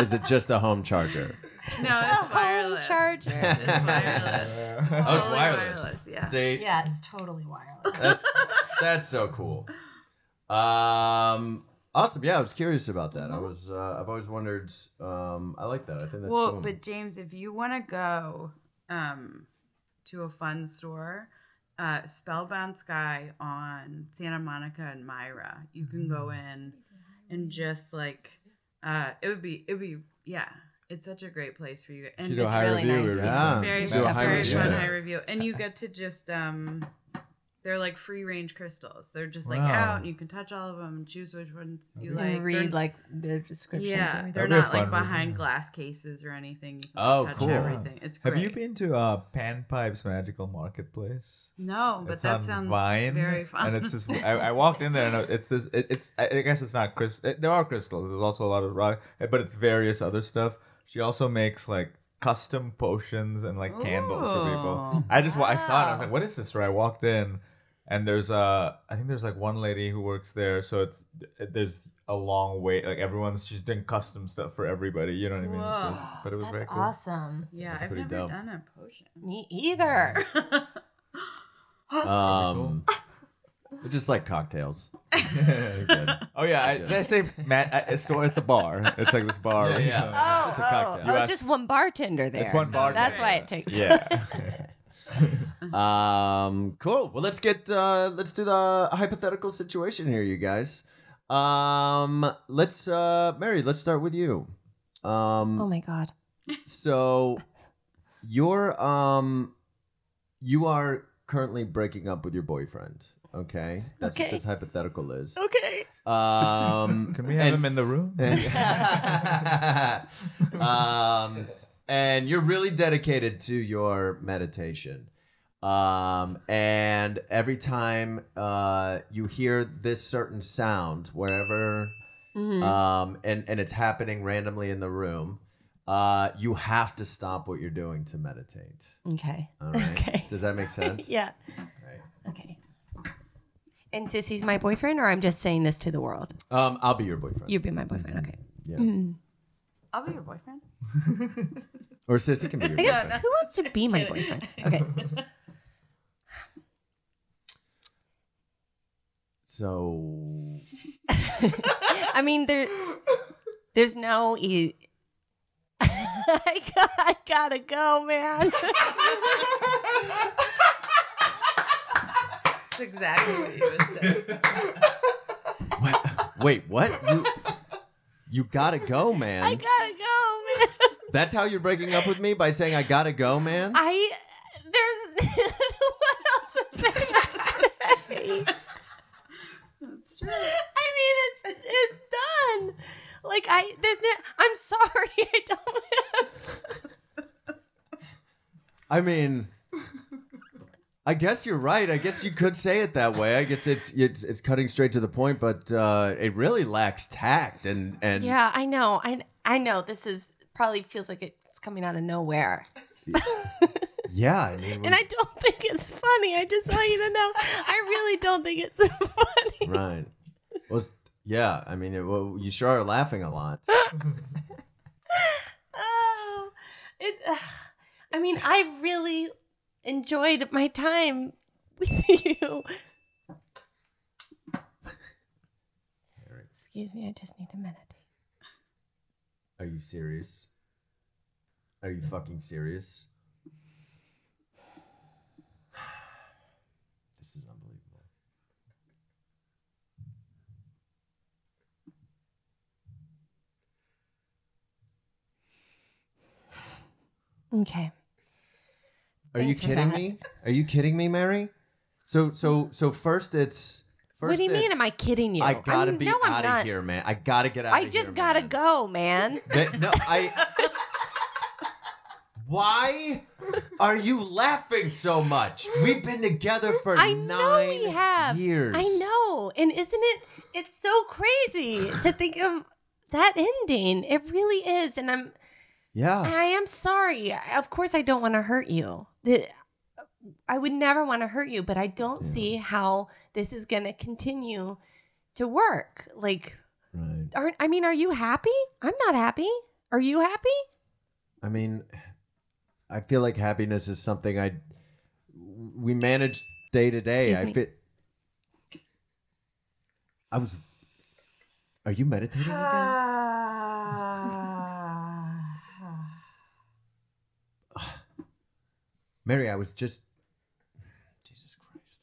Speaker 2: is it just a home charger?
Speaker 1: No,
Speaker 7: A
Speaker 1: it's wireless.
Speaker 7: home charger.
Speaker 1: It's wireless.
Speaker 3: [laughs]
Speaker 2: Oh, it's
Speaker 1: Totally
Speaker 2: wireless.
Speaker 1: wireless, yeah.
Speaker 2: See,
Speaker 7: Yeah, it's totally wireless.
Speaker 2: that's that's so cool. Um, awesome. Yeah, I was curious about that. I was. Uh, I've always wondered. Um, I like that. I think that's
Speaker 1: well,
Speaker 2: cool.
Speaker 1: but James, if you want to go um, to a fun store, uh, Spellbound Sky on Santa Monica and Myra, you can go in and just like uh, it would be it would be yeah, it's such a great place for you. And
Speaker 3: you do a
Speaker 1: it's
Speaker 3: high
Speaker 7: really
Speaker 3: review,
Speaker 7: nice.
Speaker 3: it was,
Speaker 2: Yeah.
Speaker 3: uh,
Speaker 1: very
Speaker 2: Do a
Speaker 1: fun,
Speaker 2: high
Speaker 1: very
Speaker 2: review.
Speaker 1: fun
Speaker 2: Yeah.
Speaker 1: high review, and you get to just um, they're like free range crystals. They're just like
Speaker 3: Wow.
Speaker 1: out, and you can touch all of them and choose which ones [laughs] you
Speaker 3: Okay.
Speaker 1: like. They're-
Speaker 7: and read like the descriptions.
Speaker 1: yeah,
Speaker 7: and
Speaker 1: they're
Speaker 3: That'd be a
Speaker 1: not like
Speaker 3: fun one,
Speaker 1: behind
Speaker 3: yeah.
Speaker 1: glass cases or anything. You can
Speaker 2: Oh,
Speaker 1: touch
Speaker 2: cool.
Speaker 1: Everything. It's great.
Speaker 3: Have you been to uh, Panpipes Magical Marketplace?
Speaker 1: No, but
Speaker 3: it's
Speaker 1: that
Speaker 3: on
Speaker 1: sounds
Speaker 3: Vine,
Speaker 1: very fun.
Speaker 3: And it's this.
Speaker 1: [laughs]
Speaker 3: I, I walked in there, and it's this. It, it's. I I guess it's not crystal. There are crystals. There's also a lot of rock, but it's various other stuff. She also makes like custom potions and like candles for people.
Speaker 1: Ooh.
Speaker 3: I just. wa- I saw it. I was
Speaker 7: Wow.
Speaker 3: like, "What is this?" Where I walked in, and there's uh, I think there's like one lady who works there. So it's eh, there's a long wait. Like everyone's, she's doing custom stuff for everybody. You know what I mean? It [gasps] was-
Speaker 1: Whoa.
Speaker 3: but it was
Speaker 7: That's
Speaker 3: very cool.
Speaker 7: awesome.
Speaker 1: yeah,
Speaker 2: That's
Speaker 1: I've
Speaker 2: pretty
Speaker 1: never
Speaker 2: dope.
Speaker 1: done a potion.
Speaker 7: Me either.
Speaker 2: um, they're just like cocktails. They're good.
Speaker 3: [laughs] Oh yeah, I, did I say Matt? I, it's, it's a bar. It's like this bar.
Speaker 2: Yeah,
Speaker 3: you
Speaker 2: yeah.
Speaker 3: know.
Speaker 7: [laughs] Oh,
Speaker 2: It's just a
Speaker 7: oh,
Speaker 2: cocktail.
Speaker 7: oh,
Speaker 3: You
Speaker 7: it's
Speaker 3: asked-
Speaker 7: just one bartender there.
Speaker 3: It's one bar.
Speaker 7: That's why it takes.
Speaker 3: Yeah.
Speaker 2: [laughs]
Speaker 3: [laughs]
Speaker 2: um cool well let's get uh let's do the hypothetical situation here you guys um let's uh mary let's start with you um
Speaker 7: Oh my god.
Speaker 2: so you're um you are currently breaking up with your boyfriend okay that's what
Speaker 7: Okay.
Speaker 2: this hypothetical
Speaker 7: [laughs]
Speaker 2: is
Speaker 7: Okay.
Speaker 2: um
Speaker 3: Can we have
Speaker 2: and-
Speaker 3: him in the [laughs] room?
Speaker 2: [laughs]
Speaker 3: [laughs]
Speaker 2: um, and you're really dedicated to your meditation. Um, and every time uh, you hear this certain sound, wherever,
Speaker 7: Mm-hmm.
Speaker 2: um, and, and it's happening randomly in the room, uh, you have to stop what you're doing to meditate.
Speaker 7: Okay.
Speaker 2: All right.
Speaker 7: [laughs] Okay.
Speaker 2: Does that make sense?
Speaker 7: Yeah. Okay. And Sissy's my boyfriend, or I'm just saying this to the world.
Speaker 2: Um, I'll be your boyfriend. Mm-hmm.
Speaker 7: You'd be my boyfriend.
Speaker 3: Mm-hmm.
Speaker 7: Okay. Mm-hmm.
Speaker 2: Yeah.
Speaker 1: I'll be your boyfriend.
Speaker 2: Or Sissy can be your
Speaker 7: [laughs] I guess
Speaker 2: boyfriend.
Speaker 7: who wants to be my boyfriend? Okay.
Speaker 2: So
Speaker 7: I mean, there, there's no. E- [laughs] I, got, I gotta go, man. [laughs]
Speaker 1: That's exactly what you would say.
Speaker 3: [laughs]
Speaker 2: What? Wait, what? You, you gotta go, man.
Speaker 7: [laughs] I gotta go, man.
Speaker 2: That's how you're breaking up with me by saying I gotta go, man.
Speaker 7: I there's [laughs] what else is there to say?
Speaker 1: That's [laughs] true.
Speaker 7: I mean, it's it's done. Like I, there's no. I'm sorry. [laughs] I don't.
Speaker 2: I mean, I guess you're right. I guess you could say it that way. I guess it's it's it's cutting straight to the point, but uh, it really lacks tact and and
Speaker 7: [laughs] yeah, I know. I I know. This is probably feels like it's coming out of nowhere, [laughs]
Speaker 2: yeah, I mean,
Speaker 7: and I don't think it's funny. I just want you to know. I really don't think it's [laughs] funny.
Speaker 2: right. Well, it's- yeah, I mean, it, well, you sure are laughing a
Speaker 7: [laughs]
Speaker 2: lot.
Speaker 7: Oh, it. ugh. I mean, I really enjoyed my time with [laughs] you. Excuse me. I just need a minute.
Speaker 2: Are you serious? Are you fucking serious? This is unbelievable.
Speaker 7: Okay.
Speaker 2: Are you
Speaker 7: Thanks for
Speaker 2: kidding
Speaker 7: that.
Speaker 2: me? Are you kidding me, Mary? So so so first it's First
Speaker 7: what do you mean?
Speaker 2: it's,
Speaker 7: Am I kidding you?
Speaker 2: I gotta
Speaker 7: I'm-
Speaker 2: be
Speaker 7: no, I'm
Speaker 2: out
Speaker 7: not.
Speaker 2: of here, man. I gotta get out.
Speaker 7: I just gotta go, man.
Speaker 2: no, I. Why are you laughing so much? We've been together for
Speaker 7: I
Speaker 2: nine
Speaker 7: know we have.
Speaker 2: years.
Speaker 7: I know. And isn't it it's so crazy to think of that ending. It really is. And I'm
Speaker 2: Yeah.
Speaker 7: I am sorry. I- Of course I don't want to hurt you. The- I would never want to hurt you, but I don't
Speaker 2: Yeah.
Speaker 7: see how this is going to continue to work. Like
Speaker 2: Right.
Speaker 7: aren't I mean, are you happy? I'm not happy. Are you happy?
Speaker 2: I mean, I feel like happiness is something I we manage day to day.
Speaker 7: Excuse
Speaker 2: I
Speaker 7: me.
Speaker 2: fit. I was. Are you meditating again? Mary, I was just. Jesus Christ.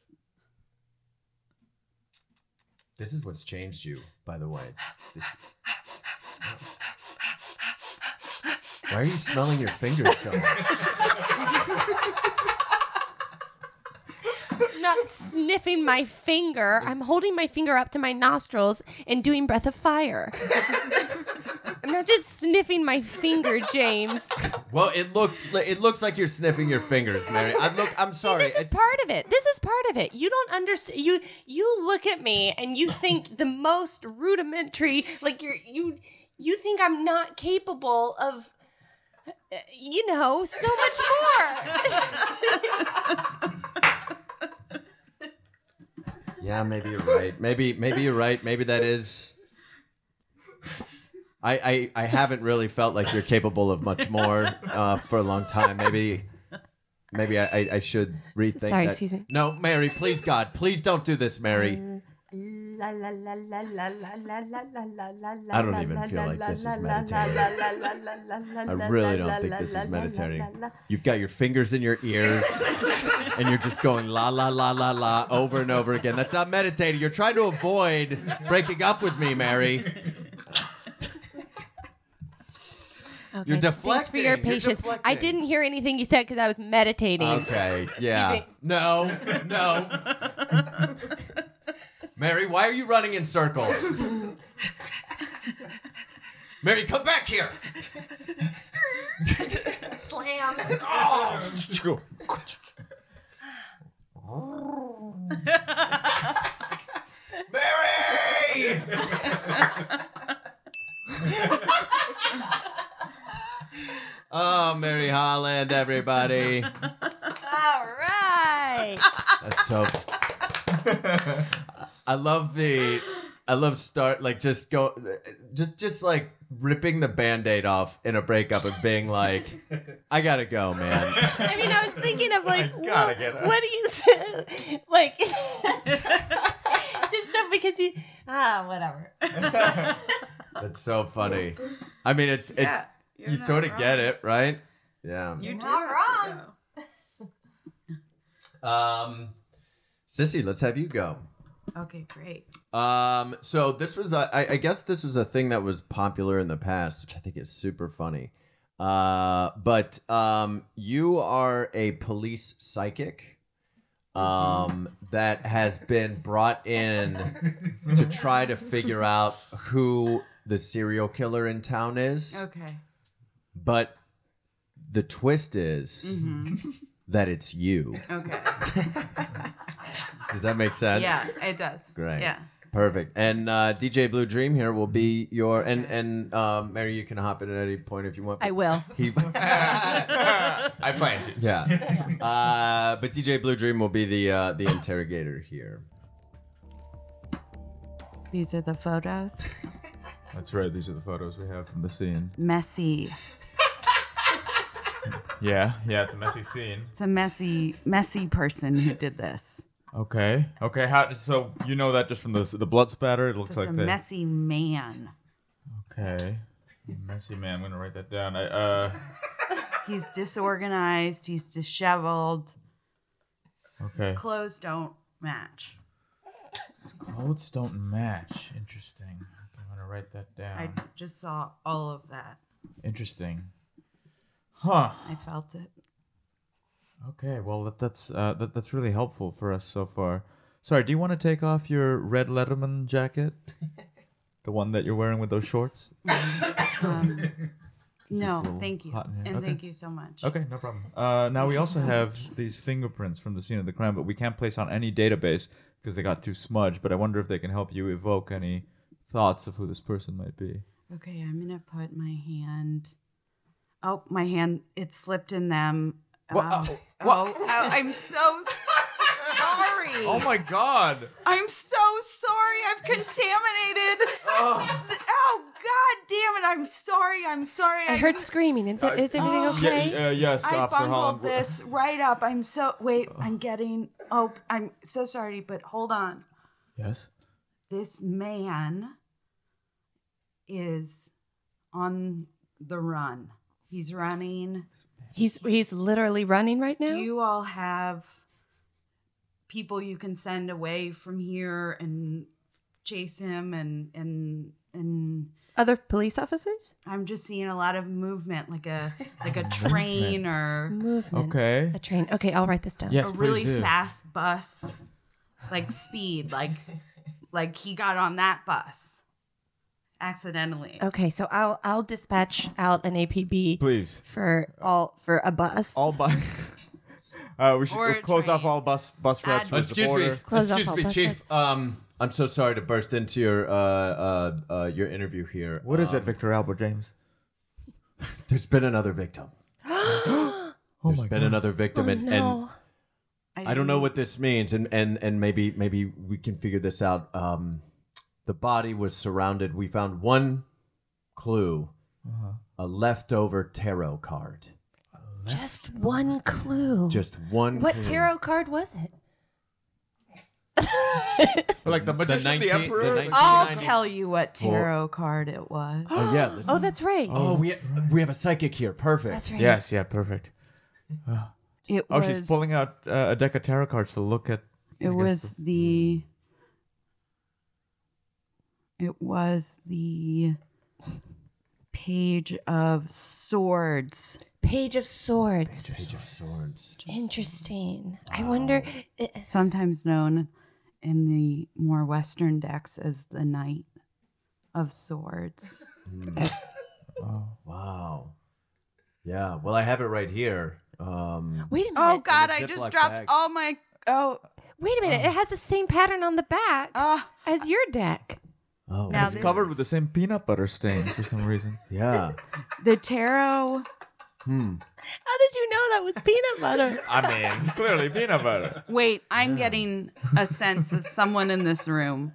Speaker 2: This is what's changed you, by the way. This- Why are you smelling your fingers so much?
Speaker 7: I'm not sniffing my finger. I'm holding my finger up to my nostrils and doing breath of fire. I'm not just sniffing my finger, James.
Speaker 2: Well, it looks li- it looks like you're sniffing your fingers, Mary. I look. I'm sorry.
Speaker 7: This is
Speaker 2: it's-
Speaker 7: part of it. This is part of it. You don't understand. You you look at me and [laughs] you think the most rudimentary. Like you are you you think I'm not capable of. uh, You know so much
Speaker 2: [laughs]
Speaker 7: more.
Speaker 2: Yeah, maybe you're right. Maybe maybe you're right. Maybe that is. I I, I haven't really felt like you're capable of much more uh, for a long time. Maybe maybe I, I, I should rethink.
Speaker 7: Sorry,
Speaker 2: that.
Speaker 7: excuse me.
Speaker 2: No, Mary, please God, please don't do this, Mary.
Speaker 6: Uh, La la la la la la la la la la la la.
Speaker 2: I don't even feel like this is meditating. I really don't think this is meditating. You've got your fingers in your ears and you're just going la la la la la over and over again. That's not meditating. You're trying to avoid breaking up with me, Mary.
Speaker 7: Okay,
Speaker 2: You're
Speaker 7: Thanks for
Speaker 2: deflecting.
Speaker 7: your
Speaker 2: You're
Speaker 7: patience. I
Speaker 2: deflecting. Um,
Speaker 7: didn't hear anything you said because I was meditating.
Speaker 2: Okay. Yeah.
Speaker 7: me.
Speaker 2: No. No. Mary, why are you running in circles? Mary, come back here.
Speaker 7: Slam. [laughs]
Speaker 3: [laughs]
Speaker 2: Mary! oh, Mary Holland, everybody.
Speaker 7: All right.
Speaker 2: That's so. I love the. I love start like just go, just just like ripping the band-aid off in a breakup and being like, I gotta go, man.
Speaker 7: I mean, I was
Speaker 3: [laughs]
Speaker 7: thinking
Speaker 2: [laughs]
Speaker 7: of like,
Speaker 5: gotta
Speaker 7: well,
Speaker 5: get up.
Speaker 7: what do you say? [laughs] like? [laughs] just so because you ah whatever.
Speaker 2: That's so funny. I mean, it's it's
Speaker 1: Yeah,
Speaker 2: you
Speaker 1: you're
Speaker 2: sort of
Speaker 1: not
Speaker 2: get
Speaker 1: wrong.
Speaker 2: it, right? Yeah.
Speaker 1: You do
Speaker 6: not
Speaker 1: have
Speaker 6: wrong.
Speaker 1: to go.
Speaker 2: Um, Sissy, let's have you go.
Speaker 1: Okay, great.
Speaker 2: Um, so this was, a, I, I guess, this was a thing that was popular in the past, which I think is super funny. Uh, but um, you are a police psychic, um, that has been brought in to try to figure out who the serial killer in town is.
Speaker 1: Okay.
Speaker 2: But the twist is
Speaker 1: hmm
Speaker 2: that it's you.
Speaker 1: Okay.
Speaker 2: Does that make sense?
Speaker 1: yeah, it does.
Speaker 2: Great.
Speaker 1: Yeah.
Speaker 2: Perfect. And uh, DJ Blue Dream here will be your and
Speaker 1: Okay.
Speaker 2: and um, Mary, you can hop in at any point if you want.
Speaker 7: I will.
Speaker 2: He, [laughs]
Speaker 5: I planned it.
Speaker 2: yeah. Uh, but DJ Blue Dream will be the uh, the interrogator here.
Speaker 1: These are the photos.
Speaker 3: That's right. These are the photos we have from the scene.
Speaker 1: Messy.
Speaker 3: Yeah, yeah, it's a messy scene.
Speaker 1: It's a messy, messy person who did this.
Speaker 3: Okay, okay. How? So you know that just from the the blood spatter, it [laughs] looks
Speaker 1: Just
Speaker 3: like
Speaker 1: a
Speaker 3: that.
Speaker 1: messy man.
Speaker 3: okay, messy man. I'm gonna write that down. I uh.
Speaker 1: He's disorganized. He's disheveled.
Speaker 3: Okay.
Speaker 1: His clothes don't match.
Speaker 3: Clothes don't match. Interesting. Okay, I'm gonna write that down.
Speaker 1: I just saw all of that.
Speaker 3: Interesting. Huh.
Speaker 1: I felt it.
Speaker 3: Okay. Well, that, that's uh, that, that's really helpful for us so far. Sorry, do you want to take off your red Letterman [laughs] jacket? the one that you're wearing with those shorts?
Speaker 1: Um, no,
Speaker 3: little
Speaker 1: thank you.
Speaker 3: hot in here.
Speaker 1: And
Speaker 3: Okay.
Speaker 1: thank you so much.
Speaker 3: Okay, no problem. Uh, now we also have these fingerprints from the scene of the crime, but we can't place on any database because they got too smudged. But I wonder if they can help you evoke any thoughts of who this person might be.
Speaker 1: Okay, I'm gonna put my hand. Oh, my hand! It slipped in them. Oh, oh, oh, I'm so [laughs] sorry.
Speaker 3: my god!
Speaker 1: I'm so sorry. I've contaminated. Oh. God damn it! I'm sorry. I'm sorry.
Speaker 7: I heard screaming. Is, it, is
Speaker 2: [gasps]
Speaker 7: everything okay?
Speaker 3: Uh, yes,
Speaker 1: I
Speaker 3: Officer
Speaker 1: bungled
Speaker 3: Holland.
Speaker 1: this right up. I'm so wait. I'm getting. Oh, I'm so sorry. But hold on.
Speaker 3: Yes.
Speaker 1: This man is on the run. He's running.
Speaker 7: He's he's literally running right now.
Speaker 1: Do you all have people you can send away from here and chase him and and and
Speaker 7: Other police officers?
Speaker 1: I'm just seeing a lot of movement like a like a train or
Speaker 7: Movement.
Speaker 3: Okay.
Speaker 7: A train. Okay, I'll write this down.
Speaker 3: Yes,
Speaker 1: a
Speaker 3: please
Speaker 1: really
Speaker 3: do.
Speaker 1: fast bus like speed like like he got on that bus accidentally.
Speaker 7: Okay, so I'll I'll dispatch out an APB
Speaker 3: Please.
Speaker 7: for all for a bus.
Speaker 3: All bus. [laughs] uh, we should
Speaker 1: Or a
Speaker 3: close off
Speaker 1: train.
Speaker 3: all bus bus routes
Speaker 1: Add-
Speaker 3: towards the
Speaker 2: Excuse
Speaker 3: border.
Speaker 2: me,
Speaker 7: Close off
Speaker 2: excuse
Speaker 7: all
Speaker 2: me,
Speaker 7: bus
Speaker 2: Chief. Um, I'm so sorry to burst into your uh, uh, uh, your interview here.
Speaker 3: What is
Speaker 2: um,
Speaker 3: it, Victor Albert James?
Speaker 2: There's been another victim.
Speaker 3: oh
Speaker 2: There's been another
Speaker 7: Oh,
Speaker 2: victim, and, and I don't know what this means, and, and, and maybe maybe we can figure this out. Um, the body was surrounded. We found one clue,
Speaker 3: Uh-huh.
Speaker 2: a leftover tarot card.
Speaker 7: Just one clue.
Speaker 2: Just one.
Speaker 7: Oh. what
Speaker 2: clue.
Speaker 7: tarot card was it?
Speaker 3: Like the magician, the,
Speaker 2: 19
Speaker 3: emperor.
Speaker 2: the
Speaker 3: the-
Speaker 2: 1990
Speaker 1: I'll tell you what tarot card it was.
Speaker 2: Oh yeah. this-
Speaker 7: [laughs] Oh, that's right.
Speaker 2: oh, we we have a psychic here. Perfect.
Speaker 7: That's right.
Speaker 3: yes. Yeah. Perfect.
Speaker 1: It
Speaker 3: Oh,
Speaker 1: was
Speaker 3: she's pulling out uh, a deck of tarot cards to look at.
Speaker 1: It
Speaker 3: I guess
Speaker 1: was the. It was the page of swords.
Speaker 7: Page of Swords.
Speaker 2: Page of Swords.
Speaker 7: Interesting. I wonder. eh, eh,
Speaker 1: sometimes known in the more Western decks as the Knight of Swords.
Speaker 2: Wow. Yeah. Well, I have it right here. Um,
Speaker 7: Wait a minute.
Speaker 1: [laughs] Oh God! I
Speaker 2: Ziploc
Speaker 1: just dropped
Speaker 2: bag.
Speaker 1: all my. Oh,
Speaker 7: Wait a minute. It has the same pattern on the back
Speaker 1: ah!
Speaker 7: as your deck.
Speaker 2: oh,
Speaker 1: Now
Speaker 3: It's covered with the same peanut butter stains for some reason.
Speaker 2: yeah.
Speaker 1: the tarot.
Speaker 2: Hmm.
Speaker 7: How did you know that was peanut butter?
Speaker 3: [laughs] [laughs] I mean, it's clearly
Speaker 1: [laughs]
Speaker 3: peanut butter.
Speaker 1: Wait, I'm getting a sense of someone in this room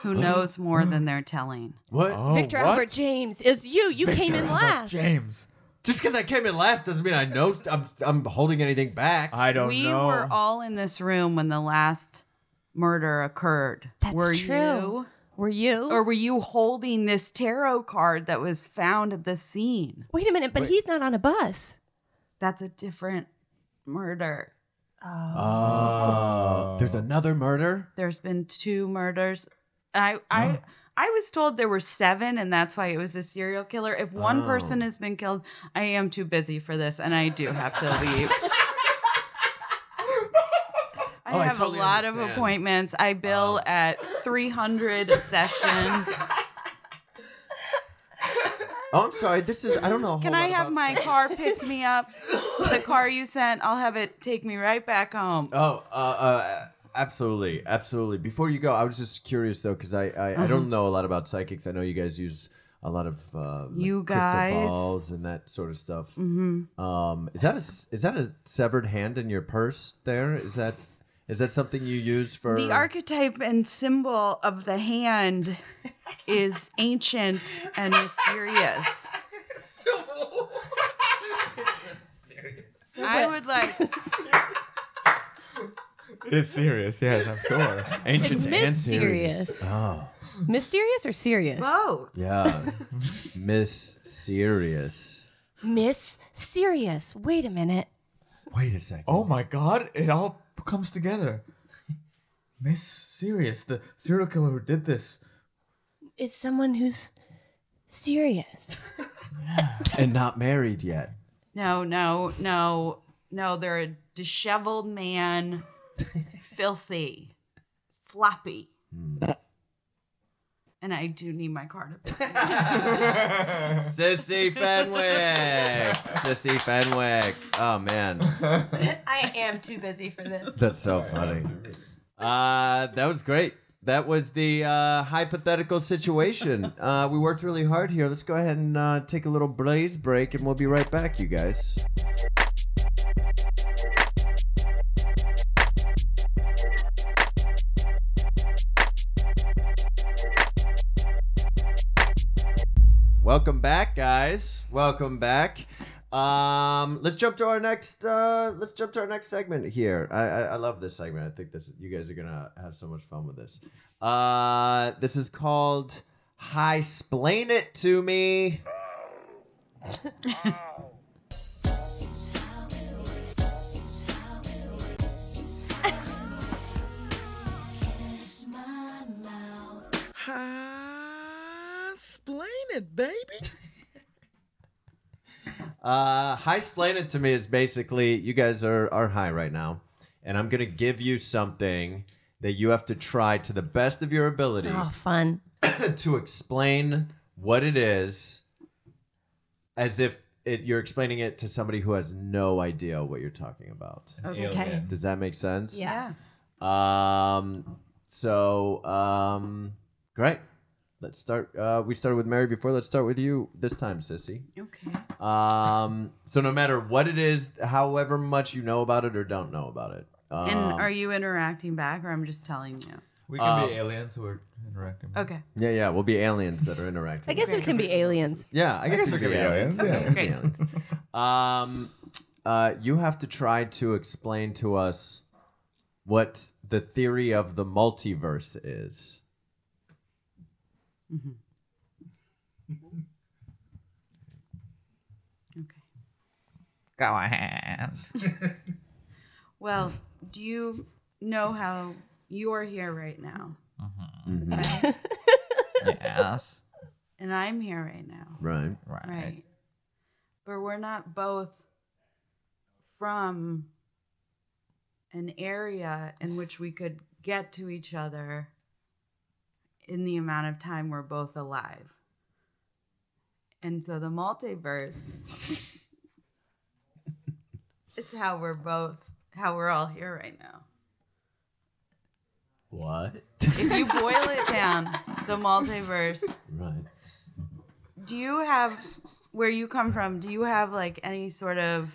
Speaker 1: who knows more than they're telling.
Speaker 2: What?
Speaker 3: Oh,
Speaker 7: Victor
Speaker 3: what?
Speaker 7: Albert James is you. You came in last.
Speaker 3: James.
Speaker 2: Just because I came in last doesn't mean I know st- I'm, I'm holding anything back.
Speaker 3: I don't
Speaker 1: we
Speaker 3: know.
Speaker 1: were all in this room when the last murder occurred.
Speaker 7: That's
Speaker 1: were
Speaker 7: true.
Speaker 1: You,
Speaker 7: Were you?
Speaker 1: or were you holding this tarot card that was found at the scene?
Speaker 7: Wait a minute, but he's not on a bus.
Speaker 1: That's a different murder.
Speaker 3: Uh.
Speaker 2: Oh. There's another murder?
Speaker 1: There's been two murders. I I I was told there were seven, and that's why it was a serial killer. If one
Speaker 2: Oh.
Speaker 1: person has been killed, I am too busy for this, and I do have to leave.
Speaker 2: [laughs]
Speaker 1: I
Speaker 2: Oh, I
Speaker 1: have
Speaker 2: totally
Speaker 1: a lot of
Speaker 2: understand.
Speaker 1: appointments. I bill at 300 a
Speaker 2: [laughs]
Speaker 1: session.
Speaker 2: Oh, I'm sorry. This is, I don't know. a whole
Speaker 1: Can I
Speaker 2: lot
Speaker 1: have
Speaker 2: about
Speaker 1: my
Speaker 2: sex.
Speaker 1: car picked me up? The car you sent, I'll have it take me right back
Speaker 2: [laughs]
Speaker 1: home.
Speaker 2: Oh, uh, uh, absolutely. Absolutely. Before you go, I was just curious, though, because I, I, I don't
Speaker 1: Mm-hmm.
Speaker 2: know a lot about psychics. I know you guys use a lot of uh, like
Speaker 1: You
Speaker 2: crystal
Speaker 1: guys-
Speaker 2: balls and that sort of stuff.
Speaker 1: hmm
Speaker 2: Um, is that a s- is that a severed hand in your purse? There is that is that something you use for
Speaker 1: The archetype and symbol of the hand is ancient and mysterious. I would like
Speaker 3: It is serious, yes, I'm
Speaker 1: [laughs]
Speaker 3: sure.
Speaker 2: ancient and
Speaker 7: mysterious.
Speaker 2: serious? Oh,
Speaker 7: Mysterious or serious?
Speaker 1: both. [laughs]
Speaker 2: yeah, Miss Serious.
Speaker 7: Miss Serious. Wait a minute.
Speaker 2: Wait a second.
Speaker 3: Oh my god, it all comes together. Miss Sirius, the serial killer who did this.
Speaker 7: Is someone who's serious.
Speaker 2: and not married yet.
Speaker 1: No, no, no, no. They're a disheveled man, filthy. sloppy. and I do need my card up.
Speaker 2: Sissy Fenwick. Sissy Fenwick. Oh man,
Speaker 6: I am too busy for this.
Speaker 2: that's so funny. Uh, that was great. That was the uh, hypothetical situation. Uh, we worked really hard here. Let's go ahead and uh, take a little blaze break, and we'll be right back, you guys. Welcome back, guys. Welcome back. Um, let's jump to our next. Uh, let's jump to our next segment here. I, I, I love this segment. I think this. You guys are gonna have so much fun with this. Uh, this is called "Hi, Splain It to Me." Uh, high splain it to me is basically you guys are are high right now, and I'm gonna give you something that you have to try to the best of your ability
Speaker 7: [laughs] Oh, fun.
Speaker 2: to explain what it is, as if it, you're explaining it to somebody who has no idea what you're talking about.
Speaker 7: Okay.
Speaker 2: Does that make sense?
Speaker 1: Yeah.
Speaker 2: Um. So um. Great. Let's start. Uh, we started with Mary before. Let's start with you this time, Sissy.
Speaker 1: Okay.
Speaker 2: Um, so no matter what it is, however much you know about it or don't know about it. Um,
Speaker 1: And are you interacting back or I'm just telling you?
Speaker 3: We
Speaker 2: can be Um,
Speaker 3: aliens who are interacting.
Speaker 1: Okay.
Speaker 2: yeah, yeah, we'll be aliens that are interacting.
Speaker 7: I guess it can be aliens.
Speaker 2: Yeah, I, guess,
Speaker 3: guess
Speaker 2: we
Speaker 3: we
Speaker 2: could
Speaker 3: could
Speaker 2: be
Speaker 3: be
Speaker 2: aliens.
Speaker 3: aliens,
Speaker 2: Yeah,
Speaker 3: yeah.
Speaker 2: we could be aliens. Um, uh, you have to try to explain to us what the theory of the multiverse is.
Speaker 1: Okay.
Speaker 3: Go
Speaker 1: [laughs]
Speaker 3: ahead.
Speaker 1: Well, do you know how you are here right now?
Speaker 3: Yes.
Speaker 1: And I'm here right now.
Speaker 2: Right.
Speaker 3: Right.
Speaker 1: Right. But we're not both from an area in which we could get to each other in the amount of time we're both alive. And so the multiverse is how we're both, how we're all here right now.
Speaker 2: What?
Speaker 1: If you boil it down, the multiverse
Speaker 2: [laughs] right.
Speaker 1: do you have where you come from do you have like any sort of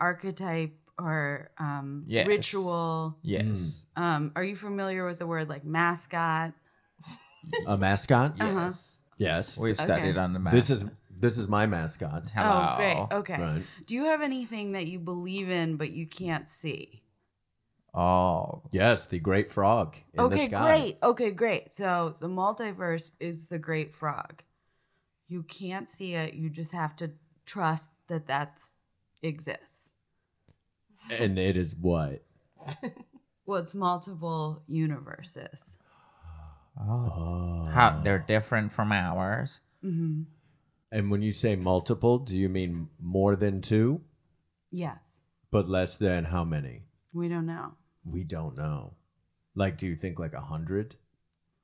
Speaker 1: archetype or um
Speaker 3: Yes.
Speaker 1: ritual
Speaker 3: Yes.
Speaker 1: um are you familiar with the word like mascot
Speaker 2: A mascot?
Speaker 1: Uh-huh.
Speaker 2: Yes.
Speaker 3: We've studied on the map.
Speaker 2: This is this is my mascot.
Speaker 3: Hello.
Speaker 1: oh great okay
Speaker 2: Right.
Speaker 1: do you have anything that you believe in but you can't see
Speaker 3: Oh.
Speaker 2: Yes, the great frog in the
Speaker 1: okay
Speaker 2: sky.
Speaker 1: great okay great so the multiverse is the great frog you can't see it you just have to trust that that exists
Speaker 2: And it is what?
Speaker 1: well it's multiple universes
Speaker 2: Oh.
Speaker 3: How they're different from ours.
Speaker 1: Mm-hmm.
Speaker 2: And when you say multiple, do you mean more than two,
Speaker 1: Yes.
Speaker 2: but less than how many?
Speaker 1: We don't know.
Speaker 2: We don't know. Like, do you think like a hundred?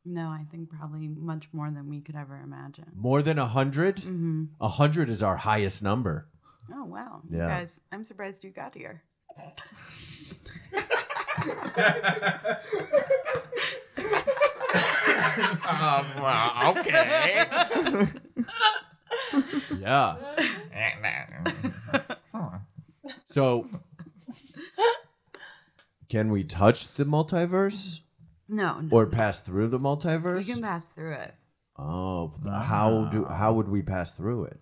Speaker 1: No, I think probably much more than we could ever imagine.
Speaker 2: More than a hundred?
Speaker 1: Mm-hmm.
Speaker 2: A hundred is our highest number.
Speaker 1: Oh, wow. You
Speaker 2: Yeah.
Speaker 1: guys, I'm surprised you got here.
Speaker 5: Um, well,
Speaker 10: [laughs]
Speaker 5: okay.
Speaker 2: Yeah. So, can we touch the multiverse
Speaker 1: No, no.
Speaker 2: or pass through the
Speaker 1: we
Speaker 2: multiverse?
Speaker 1: can pass through it.
Speaker 2: oh, how do how would we pass through it?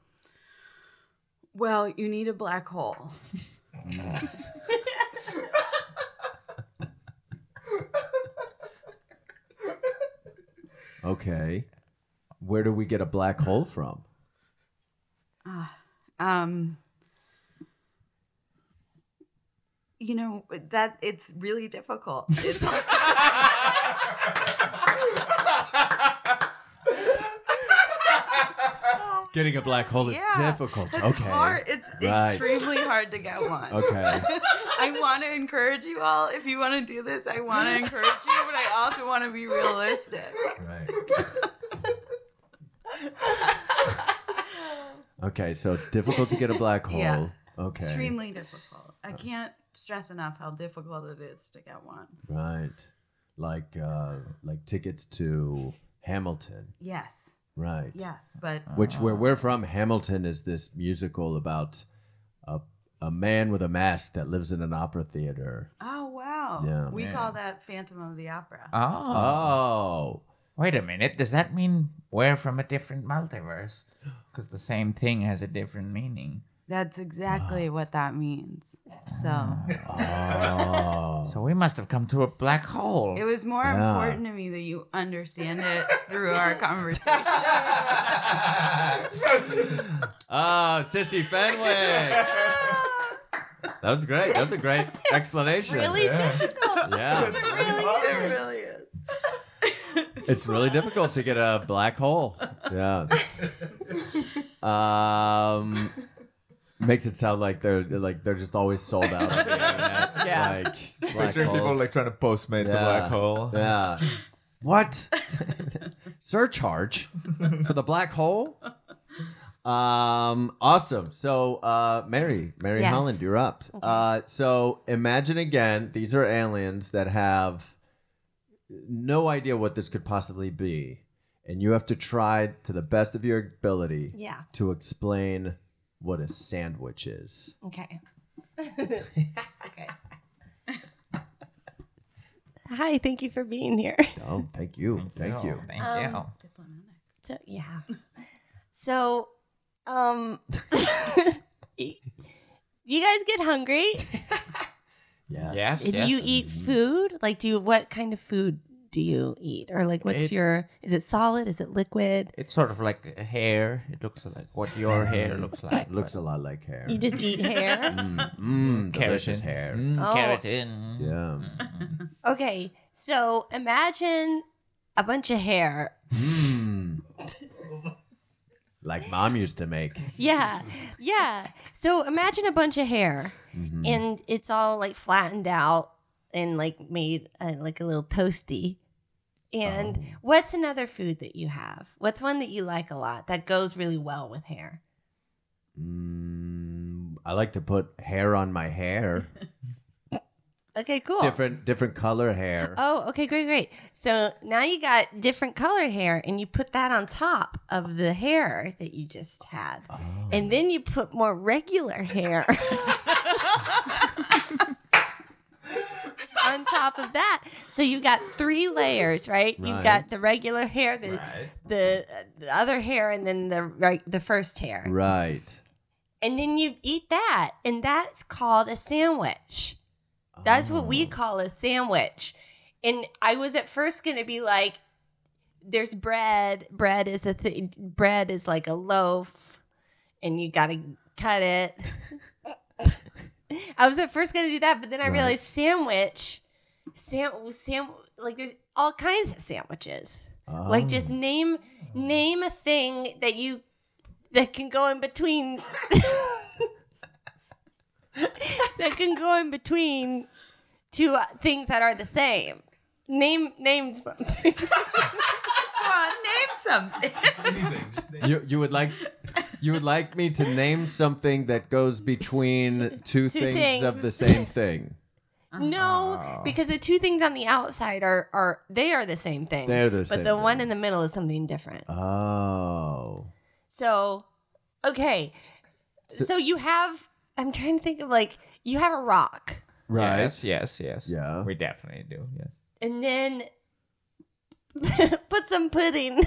Speaker 1: Well, you need a black hole.
Speaker 2: Okay. Where do we get a black hole from?
Speaker 1: Um, you know that it's really difficult.
Speaker 2: [laughs]
Speaker 1: It's,
Speaker 2: Getting a black hole is
Speaker 1: Yeah.
Speaker 2: difficult.
Speaker 1: It's
Speaker 2: okay.
Speaker 1: hard. It's
Speaker 2: Right.
Speaker 1: extremely hard to get one.
Speaker 2: Okay.
Speaker 1: I want to encourage you all. If you want to do this, I want to encourage you, but I also want to be realistic. [laughs]
Speaker 2: Right. okay, so it's difficult to get a black hole.
Speaker 1: Yeah.
Speaker 2: Okay.
Speaker 1: Extremely difficult. I can't stress enough how difficult it is to get one.
Speaker 2: Right. Like uh like tickets to Hamilton.
Speaker 1: Yes.
Speaker 2: Right.
Speaker 1: Yes. But
Speaker 2: Which where we're from, Hamilton is this musical about a a man with a mask that lives in an opera theater.
Speaker 1: oh wow.
Speaker 2: Yeah,
Speaker 1: we
Speaker 3: man.
Speaker 1: call that Phantom of the Opera.
Speaker 3: Oh.
Speaker 2: Oh.
Speaker 10: Wait a minute. Does that mean we're from a different multiverse? Because the same thing has a different meaning.
Speaker 1: That's exactly what that means. So
Speaker 2: Oh.
Speaker 10: So we must have come to a black hole.
Speaker 1: it was more
Speaker 2: Yeah.
Speaker 1: important to me that you understand it through our conversation.
Speaker 2: [laughs] oh, Sissy
Speaker 1: [laughs]
Speaker 2: Fenwick. That was great. That was a great [laughs] explanation.
Speaker 7: Really difficult.
Speaker 2: Yeah.
Speaker 1: it really is.
Speaker 2: [laughs] It's really difficult to get a black hole. Yeah. Um makes it sound like they're like they're just always sold out. on the internet.
Speaker 1: Yeah.
Speaker 2: Like black
Speaker 3: Picturing people
Speaker 2: holes.
Speaker 3: like trying to postmate a
Speaker 2: Yeah.
Speaker 3: black hole.
Speaker 2: Yeah. What? [laughs] Surcharge for the black hole? Um, awesome. So, uh, Mary, Mary
Speaker 7: Yes.
Speaker 2: Holland, you're up. Uh, so imagine again, these are aliens that have no idea what this could possibly be. And you have to try to the best of your ability
Speaker 7: Yeah.
Speaker 2: to explain what a sandwich is.
Speaker 7: Okay. [laughs] okay. Hi, thank you for being here.
Speaker 2: Oh, thank you. Thank you.
Speaker 10: Thank
Speaker 7: Um,
Speaker 10: you.
Speaker 7: So yeah. So um [laughs] y- you guys get hungry
Speaker 2: Yes.
Speaker 10: Yes.
Speaker 7: and you eat
Speaker 10: Mm-hmm.
Speaker 7: food? Like do you what kind of food do you eat? Or like what's
Speaker 10: It-
Speaker 7: your is it solid? Is it liquid?
Speaker 10: It's sort of like a hair. It looks like what your
Speaker 7: [laughs]
Speaker 10: hair looks like.
Speaker 2: Looks a
Speaker 10: but-
Speaker 2: lot like hair.
Speaker 7: You just
Speaker 10: [laughs]
Speaker 7: eat hair?
Speaker 2: Mm, mm, delicious
Speaker 10: Keratin.
Speaker 2: hair.
Speaker 10: Mm,
Speaker 7: Oh.
Speaker 10: Keratin.
Speaker 2: Yeah.
Speaker 10: Mm.
Speaker 7: okay. So imagine a bunch of hair.
Speaker 2: Mm. like mom used to make.
Speaker 7: Yeah. Yeah. So imagine a bunch of hair.
Speaker 2: Mhm.
Speaker 7: and it's all like flattened out and like made uh, like a little toasty. And
Speaker 2: Oh.
Speaker 7: what's another food that you have? What's one that you like a lot that goes really well with hair?
Speaker 2: Mm, I like to put hair on my hair.
Speaker 7: Okay, cool.
Speaker 2: Different different color hair.
Speaker 7: Oh, okay, great, great. So now you got different color hair and you put that on top of the hair that you just had.
Speaker 2: Oh.
Speaker 7: And then you put more regular hair on top of that. So you've got three layers, right? You've
Speaker 2: Right.
Speaker 7: got the regular hair, the
Speaker 5: Right.
Speaker 7: the, uh, the other hair, and then the right the first hair.
Speaker 2: right.
Speaker 7: And then you eat that, and that's called a sandwich. That's what we
Speaker 2: Oh.
Speaker 7: call a sandwich. And I was at first going to be like, there's bread. Bread is a thing. Bread is like a loaf, and you got to cut it. I was at first going to do that, but then I
Speaker 2: Right.
Speaker 7: realized sandwich, sam, sam, like there's all kinds of sandwiches. Like just
Speaker 2: Oh.
Speaker 7: name name a thing that you that can go in between [laughs] that can go in between two uh, things that are the same. Name name something.
Speaker 1: Come on, name something.
Speaker 2: you you would like you would like me to name something that goes between two, things, of
Speaker 7: things.
Speaker 2: the same thing.
Speaker 7: no, because the two things on the outside are are they are the same thing.
Speaker 2: They're the
Speaker 7: but
Speaker 2: same
Speaker 7: the one
Speaker 2: thing.
Speaker 7: in the middle is something different.
Speaker 2: Oh.
Speaker 7: So, okay.
Speaker 2: So-
Speaker 7: So, you have I'm trying to think of like you have a rock.
Speaker 2: Right.
Speaker 10: Yes, yes, yes.
Speaker 2: Yeah.
Speaker 10: We definitely do. Yes.
Speaker 7: and then [laughs] put some pudding.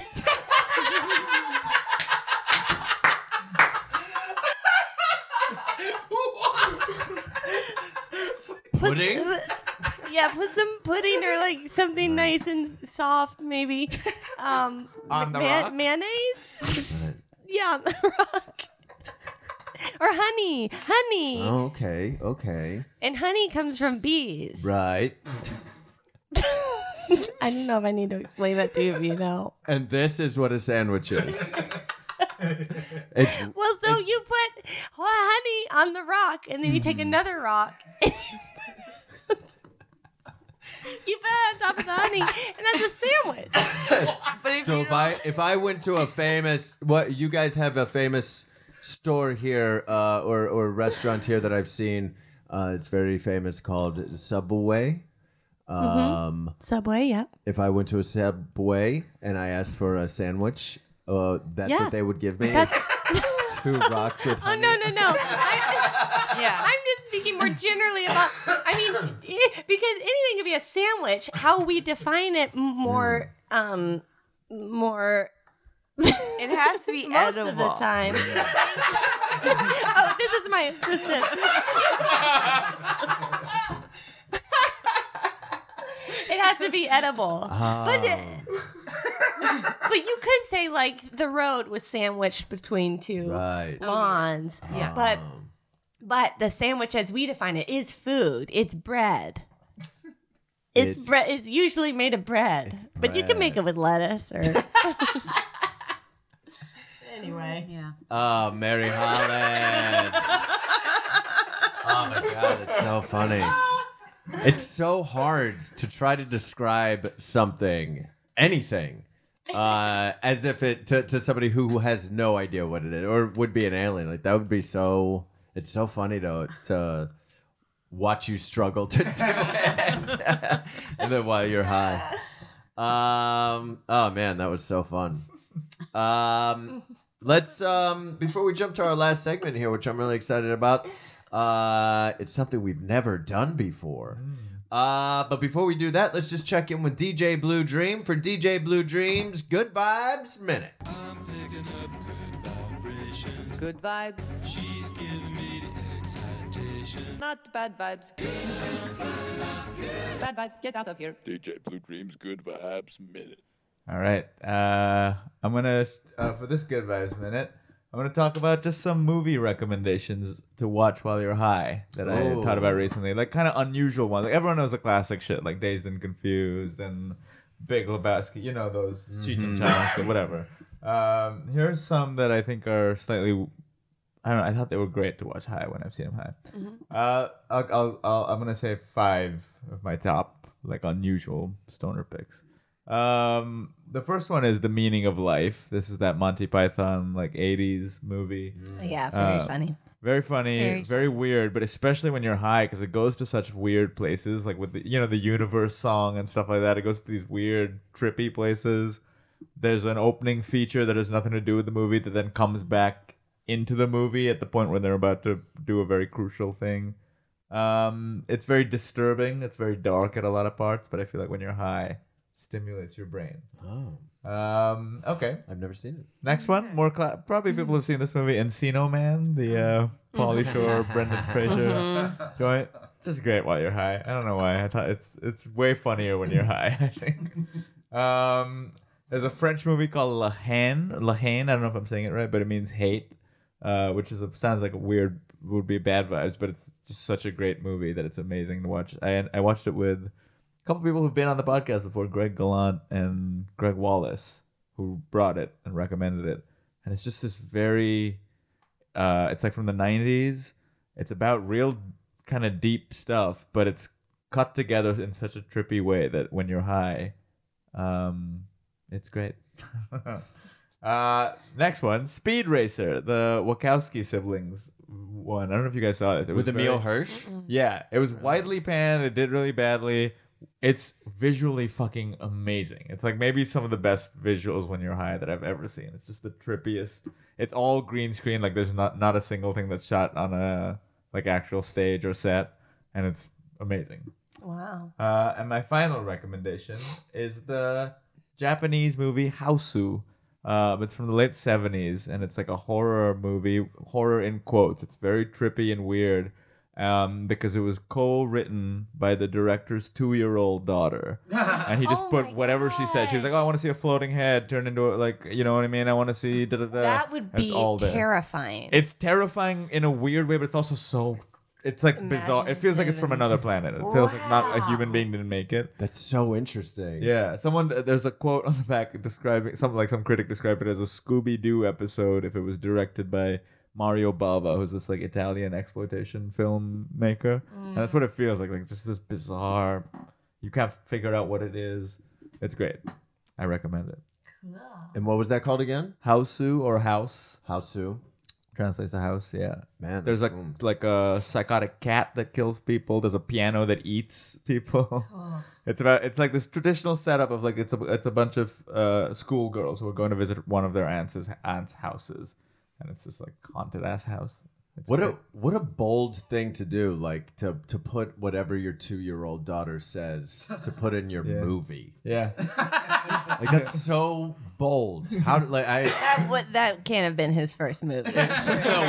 Speaker 7: Put-
Speaker 2: Pudding?
Speaker 7: [laughs] yeah, put some pudding or like something nice and soft, maybe. Um,
Speaker 3: On the rock?
Speaker 7: mayonnaise.
Speaker 2: Right.
Speaker 7: Yeah, on the rock. or honey, honey,
Speaker 2: Oh, okay. Okay.
Speaker 7: and honey comes from bees.
Speaker 2: Right.
Speaker 7: I don't know if I need to explain that to you. if You know.
Speaker 2: And this is what a sandwich is. It's
Speaker 7: Well, so you put ho- honey on the rock, and then you take another rock. you put it on top of the honey, and that's a sandwich.
Speaker 1: [laughs] But if
Speaker 2: so
Speaker 1: you
Speaker 2: if
Speaker 1: don't-
Speaker 2: I if I went to a famous what you guys have a famous store here uh, or or restaurant here that I've seen. Uh, it's very famous called Subway. Um,
Speaker 7: Subway, yeah.
Speaker 2: If I went to a Subway and I asked for a sandwich, uh, that's
Speaker 7: Yeah.
Speaker 2: what they would give me.
Speaker 7: That's.
Speaker 2: two rocks with
Speaker 7: [laughs] Oh
Speaker 2: honey.
Speaker 7: no no no! I,
Speaker 1: yeah,
Speaker 7: I'm just speaking more generally about. I mean, eh, because anything could be a sandwich. How we define it m- more, um, more.
Speaker 1: it has to be
Speaker 7: [laughs] most
Speaker 1: edible
Speaker 7: of the time. [laughs] oh, this is my assistant. [laughs] it has to be edible. But, [laughs] but you could say like the road was sandwiched between two
Speaker 2: right.
Speaker 7: Oh, bonds.
Speaker 1: Yeah.
Speaker 7: But but the sandwich as we define it is food. It's bread. It's,
Speaker 2: It's-
Speaker 7: bread. It's usually made of bread, but you can make it with lettuce or
Speaker 6: Anyway.
Speaker 1: Yeah.
Speaker 2: Oh, Mary Holland. oh my God, it's so funny. It's so hard to try to describe something, anything, uh, as if it to, to somebody who has no idea what it is or would be an alien. Like that would be so. It's so funny to to watch you struggle to [laughs] do it, and then while you're high. Um. Oh man, that was so fun. Um. Let's um before we jump to our last segment here, which I'm really excited about. Uh, it's something we've never done before. Uh, but before we do that, let's just check in with DJ Blue Dream for DJ Blue Dream's Good Vibes Minute.
Speaker 11: Good vibes. She's giving me the excitation. Not bad vibes. Bad vibes, get out of here.
Speaker 4: DJ Blue Dreams Good Vibes Minute.
Speaker 3: All right. Uh, I'm gonna uh, for this good vibes minute. I'm gonna talk about just some movie recommendations to watch while you're high that I
Speaker 2: Ooh.
Speaker 3: thought about recently. Like kind of unusual ones. Like everyone knows the classic shit, like Dazed and Confused and Big Lebowski. You know those Cheech and Chong or whatever. Um, here are some that I think are slightly. I don't know. I thought they were great to watch high when I've seen them high. Uh, I'll, I'll, I'll, I'm gonna say five of my top like unusual stoner picks. Um, the first one is the meaning of life. This is that Monty Python like '80s movie.
Speaker 7: yeah, very
Speaker 3: Uh,
Speaker 7: funny.
Speaker 3: Very funny,
Speaker 7: Very
Speaker 3: very, weird, but especially when you're high because it goes to such weird places, like with the you know the universe song and stuff like that. It goes to these weird, trippy places. There's an opening feature that has nothing to do with the movie that then comes back into the movie at the point when they're about to do a very crucial thing. Um, it's very disturbing. It's very dark at a lot of parts, but I feel like when you're high, it stimulates your brain.
Speaker 2: Oh,
Speaker 3: Um, okay.
Speaker 2: I've never seen it.
Speaker 3: Next one, more cla- probably people have seen this movie, Encino Man, the uh, Pauly Shore, Brendan Fraser joint. Just great while you're high. I don't know why. I thought it's it's way funnier when you're high. [laughs] I think. Um, there's a French movie called La Haine. La Haine. I don't know if I'm saying it right, but it means hate, uh, which is a, sounds like a weird would be bad vibes, but it's just such a great movie that it's amazing to watch. I I watched it with couple people who've been on the podcast before, Greg Gallant and Greg Wallace, who brought it and recommended it. And it's just this very uh it's like from the 90s. It's about real kind of deep stuff, but it's cut together in such a trippy way that when you're high, um it's great. [laughs] uh next one, Speed Racer, the Wachowski siblings one. I don't know if you guys saw this. It was
Speaker 2: With Emil
Speaker 3: very-
Speaker 2: Hirsch?
Speaker 3: yeah, it was widely panned. It did really badly. It's visually fucking amazing. It's like maybe some of the best visuals when you're high that I've ever seen. It's just the trippiest. It's all green screen. Like there's not not a single thing that's shot on a like actual stage or set, and it's amazing.
Speaker 7: Wow.
Speaker 3: Uh, and my final recommendation is the Japanese movie Houseu. Um, it's from the late 70s, and it's like a horror movie, horror in quotes. It's very trippy and weird um, because it was co written by the director's two year old daughter. And he just
Speaker 7: Oh my
Speaker 3: put whatever she said. She was like, Oh, I want to see a floating head turn into, a, like, you know what I mean? I want to see da da da.
Speaker 7: [laughs] That would
Speaker 3: That's
Speaker 7: be
Speaker 3: all there.
Speaker 7: terrifying.
Speaker 3: It's terrifying in a weird way, but it's also so It's like
Speaker 7: Imagine
Speaker 3: bizarre. It feels like it's from
Speaker 7: living-
Speaker 3: another planet. It feels like not a human being didn't make it.
Speaker 2: That's so interesting.
Speaker 3: Yeah, someone there's a quote on the back describing some like some critic described it as a Scooby Doo episode if it was directed by Mario Bava, who's this like Italian exploitation filmmaker, and that's what it feels like. Like just this bizarre, you can't figure out what it is. It's great. I recommend it.
Speaker 2: And what was that called again?
Speaker 3: Houseu or house
Speaker 2: Houseu.
Speaker 3: translates to house. Yeah.
Speaker 2: Man,
Speaker 3: There's
Speaker 2: that's
Speaker 3: like
Speaker 2: boom.
Speaker 3: like a psychotic cat that kills people. There's a piano that eats [laughs] people. It's about it's like this traditional setup of like it's a it's a bunch of uh, schoolgirls who are going to visit one of their aunts' aunts' houses, and it's this like haunted ass house. It's
Speaker 2: What a
Speaker 3: great.
Speaker 2: what a bold thing to do, like to to put whatever your two year old daughter says to put in your
Speaker 3: Yeah.
Speaker 2: movie.
Speaker 3: yeah.
Speaker 2: Like that's so bold. How did- like I
Speaker 7: That what that can't have been his first movie.
Speaker 2: no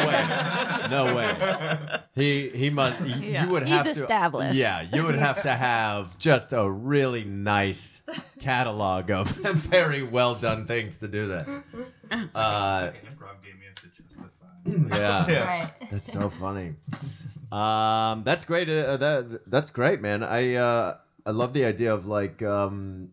Speaker 2: way, no way. He he must. y- You would
Speaker 7: He's
Speaker 2: have to
Speaker 7: established.
Speaker 2: Yeah, you would have to have just a really nice catalog of [laughs] very well done things to do that. Uh,
Speaker 3: [laughs]
Speaker 2: yeah.
Speaker 7: Right.
Speaker 2: That's so funny. Um, that's great. Uh, that that's great, man. I uh, I love the idea of like um,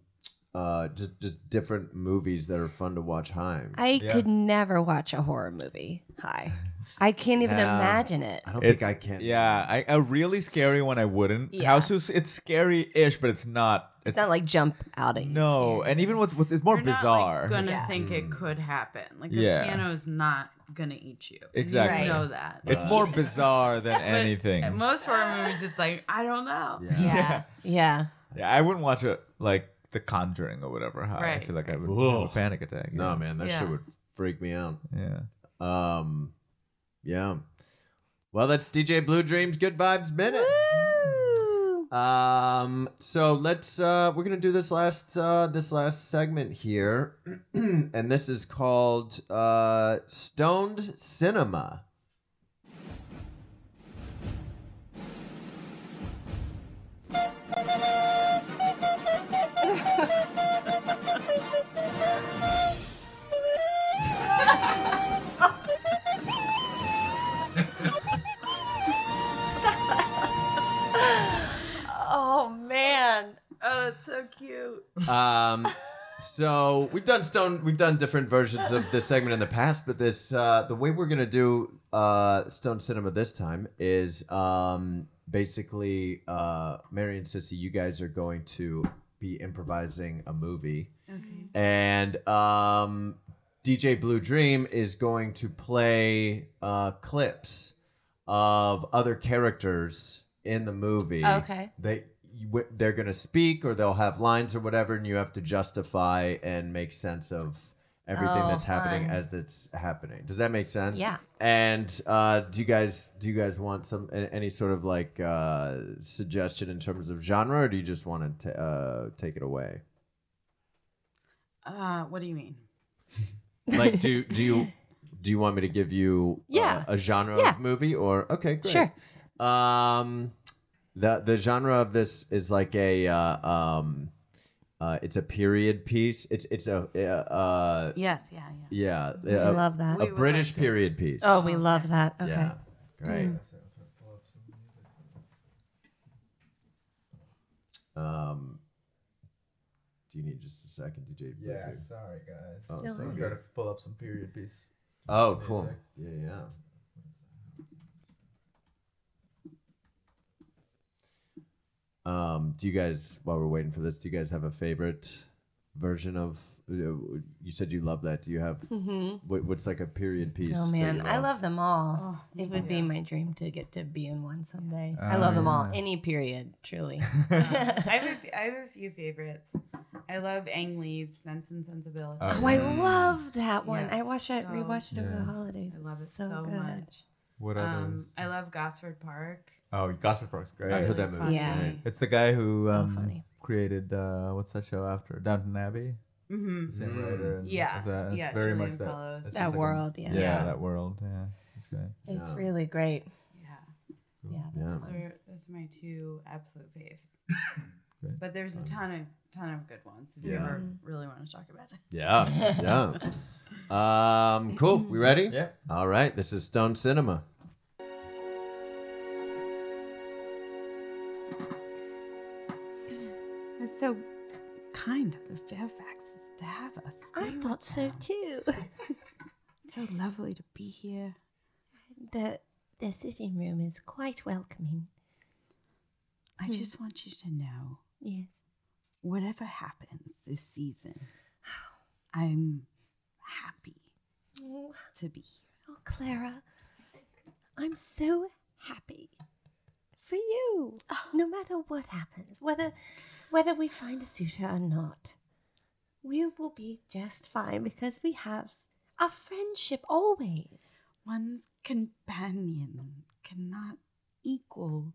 Speaker 2: uh, just just different movies that are fun to watch. High.
Speaker 7: I could never watch a horror movie high. I can't even
Speaker 2: Yeah.
Speaker 7: imagine it.
Speaker 2: I don't
Speaker 3: It's,
Speaker 2: think I can.
Speaker 3: Yeah, I, a really scary one I wouldn't.
Speaker 7: Yeah.
Speaker 3: House is it's scary-ish, but it's not.
Speaker 7: It's not like jump out at you.
Speaker 3: no,
Speaker 7: scared.
Speaker 3: and even with, with it's more
Speaker 1: You're Not,
Speaker 3: bizarre. Mm.
Speaker 1: like, gonna
Speaker 7: Yeah.
Speaker 1: think it could happen. Like a
Speaker 3: Yeah.
Speaker 1: piano is not gonna eat you. And
Speaker 3: Exactly.
Speaker 1: You know that.
Speaker 3: it's more bizarre than
Speaker 1: But
Speaker 3: anything.
Speaker 1: at most horror movies, it's like I don't know.
Speaker 2: [laughs]
Speaker 7: yeah. yeah.
Speaker 3: Yeah, I wouldn't watch it like The Conjuring or whatever. How I
Speaker 1: Right.
Speaker 3: feel like I would have
Speaker 2: Whoa.
Speaker 3: a panic attack.
Speaker 2: No, man, that
Speaker 1: Yeah.
Speaker 2: shit would freak me out.
Speaker 3: Yeah.
Speaker 2: Um, yeah. Well, that's DJ Blue Dreams Good Vibes Minute. Um, so let's uh we're gonna do this last uh this last segment here. [clears throat] and this is called uh Stoned Cinema.
Speaker 7: [laughs] Oh man.
Speaker 1: Oh, it's so cute.
Speaker 2: Um so we've done stone we've done different versions of this segment in the past, but this uh the way we're gonna do uh Stone Cinema this time is um basically uh Mary and Sissy, you guys are going to be improvising a movie.
Speaker 1: Okay.
Speaker 2: And um DJ Blue Dream is going to play uh clips of other characters in the movie
Speaker 7: Okay.
Speaker 2: they you- wh- they're going to speak or they'll have lines or whatever and you have to justify and make sense of everything
Speaker 7: Oh,
Speaker 2: that's happening
Speaker 7: fun.
Speaker 2: as it's happening does that make sense
Speaker 7: Yeah.
Speaker 2: and uh, do you guys do you guys want some a- any sort of like uh, suggestion in terms of genre or do you just want to uh, take it away
Speaker 1: Uh, what do you mean?
Speaker 2: like
Speaker 7: [laughs]
Speaker 2: do do you do you want me to give you uh,
Speaker 7: Yeah.
Speaker 2: a genre
Speaker 7: Yeah.
Speaker 2: of movie or okay great
Speaker 7: Sure.
Speaker 2: um the the genre of this is like a uh, um uh, it's a period piece it's it's a uh, uh
Speaker 1: Yes. Yeah. Yeah.
Speaker 2: yeah
Speaker 7: I
Speaker 2: a,
Speaker 7: love that.
Speaker 2: a
Speaker 1: would
Speaker 2: british
Speaker 1: like to-
Speaker 2: period piece
Speaker 7: Oh, we love that. Okay. Mm.
Speaker 2: yeah great um do you need just a second dj Bluetooth?
Speaker 3: sorry guys.
Speaker 2: Oh,
Speaker 7: No
Speaker 2: sorry.
Speaker 3: gotta pull up some period piece.
Speaker 2: Oh, cool. Yeah, yeah. Um, do you guys, while we're waiting for this, do you guys have a favorite version of? You said you love that. Do you have
Speaker 7: Mm-hmm.
Speaker 2: what, what's like a period piece?
Speaker 7: Oh
Speaker 2: that
Speaker 7: man,
Speaker 2: you
Speaker 7: I love them all.
Speaker 1: Oh,
Speaker 7: it would
Speaker 1: yeah.
Speaker 7: be my dream to get to be in one someday. I
Speaker 3: Oh,
Speaker 7: love them all.
Speaker 3: yeah. Oh,
Speaker 7: Any period,
Speaker 3: [laughs]
Speaker 7: truly. [laughs]
Speaker 1: I have, a f- I have a few favorites. I love Ang Lee's Sense and Sensibility.
Speaker 3: Oh,
Speaker 7: Oh, I love that one.
Speaker 1: Yeah,
Speaker 7: I watch it,
Speaker 1: so-
Speaker 7: rewatched it over
Speaker 3: Yeah.
Speaker 7: the holidays.
Speaker 1: I love it
Speaker 7: It's
Speaker 1: so,
Speaker 7: good.
Speaker 1: much.
Speaker 3: What
Speaker 1: Um,
Speaker 3: others?
Speaker 1: I love Gosford Park.
Speaker 3: oh, Gossip Girl's great.
Speaker 2: I've heard that
Speaker 1: Really
Speaker 2: movie.
Speaker 7: Yeah.
Speaker 1: funny.
Speaker 3: It's the guy who
Speaker 7: So
Speaker 3: um,
Speaker 7: funny.
Speaker 3: created uh, what's that show after Downton Abbey?
Speaker 1: Mm-hmm.
Speaker 3: The same
Speaker 2: Mm.
Speaker 3: writer. and
Speaker 1: Yeah,
Speaker 3: of that. It's
Speaker 1: yeah,
Speaker 3: very
Speaker 1: Julian
Speaker 3: much that.
Speaker 1: Fellows.
Speaker 3: it's
Speaker 7: That
Speaker 3: just like a-
Speaker 7: world, yeah.
Speaker 3: yeah.
Speaker 1: Yeah.
Speaker 3: that world. Yeah, it's great.
Speaker 7: It's
Speaker 2: Yeah.
Speaker 7: really great.
Speaker 1: Yeah,
Speaker 7: Yeah, that's
Speaker 2: Yeah.
Speaker 1: those are those are my two absolute faves.
Speaker 3: Great.
Speaker 1: But there's a ton of ton of good ones if you
Speaker 2: Yeah.
Speaker 1: ever
Speaker 7: Mm-hmm.
Speaker 1: really want to talk about it.
Speaker 2: Yeah,
Speaker 7: [laughs]
Speaker 2: yeah. Um, cool. We ready?
Speaker 3: Yeah.
Speaker 2: All right. This is Stone Cinema.
Speaker 7: fun.
Speaker 1: It's so kind of the Fairfaxes to have us.
Speaker 7: I
Speaker 1: Stay
Speaker 7: thought so too. [laughs]
Speaker 1: It's so lovely to be here.
Speaker 7: the the sitting room is quite welcoming.
Speaker 1: I
Speaker 7: Hmm.
Speaker 1: just want you to know
Speaker 7: Yes.
Speaker 1: whatever happens this season, I'm happy
Speaker 7: Oh,
Speaker 1: to be here.
Speaker 7: oh, Clara, I'm so happy for you. No matter what happens, whether whether we find a suitor or not, we will be just fine because we have our friendship always.
Speaker 1: One's companion cannot equal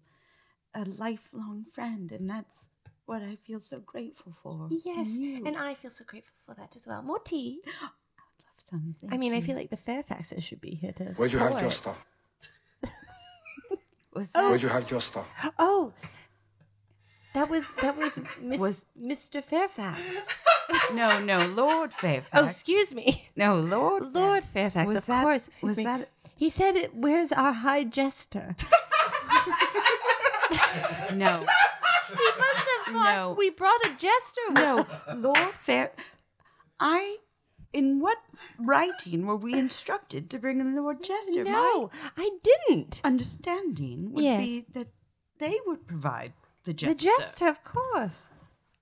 Speaker 1: a lifelong friend, and that's what I feel so grateful for. in
Speaker 7: Yes,
Speaker 1: you.
Speaker 7: and I feel so grateful for that as well. More tea.
Speaker 1: love something.
Speaker 7: I mean, I feel like the Fairfaxes should be here to.
Speaker 12: Where'd you have
Speaker 7: pour
Speaker 12: your
Speaker 7: it.
Speaker 12: stuff?
Speaker 1: Was that?
Speaker 12: Where'd you have your stuff?
Speaker 7: Oh, that was that was, Miss,
Speaker 1: Was-
Speaker 7: Mr. Fairfax.
Speaker 1: No, no, Lord Fairfax.
Speaker 7: Oh, excuse me,
Speaker 1: no, Lord.
Speaker 7: Lord Fairfax.
Speaker 1: Was
Speaker 7: of
Speaker 1: that-
Speaker 7: course, excuse
Speaker 1: was
Speaker 7: me.
Speaker 1: that-
Speaker 7: He said, it- "Where's our
Speaker 1: [laughs]
Speaker 7: high jester?"
Speaker 1: No,
Speaker 7: he must have thought
Speaker 1: No.
Speaker 7: we brought a jester. with
Speaker 1: no,
Speaker 7: us.
Speaker 1: Lord Fair. I. In what writing were we instructed to bring in Lord Chester? My
Speaker 7: no, I didn't.
Speaker 1: understanding would
Speaker 7: Yes.
Speaker 1: be that they would provide the jester.
Speaker 7: The jester, of course.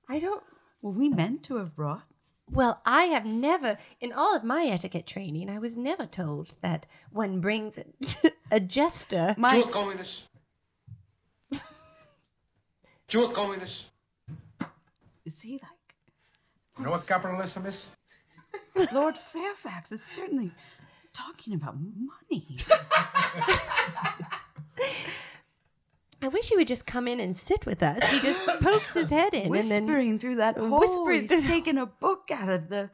Speaker 7: I don't.
Speaker 1: Were we meant to have brought?
Speaker 7: Well, I have never, in all of my etiquette training, I was never told that one brings a, [laughs] a jester.
Speaker 1: My
Speaker 12: Your Holiness. Your Holiness.
Speaker 1: is he like
Speaker 12: You know what capitalism is?
Speaker 1: Lord Fairfax is certainly talking about money.
Speaker 7: I wish he would just come in and sit with us. He
Speaker 1: [laughs]
Speaker 7: just pokes his head in [laughs] and then
Speaker 1: whispering through that hole.
Speaker 7: Whispering
Speaker 1: he's
Speaker 7: through-
Speaker 1: taking a book out of the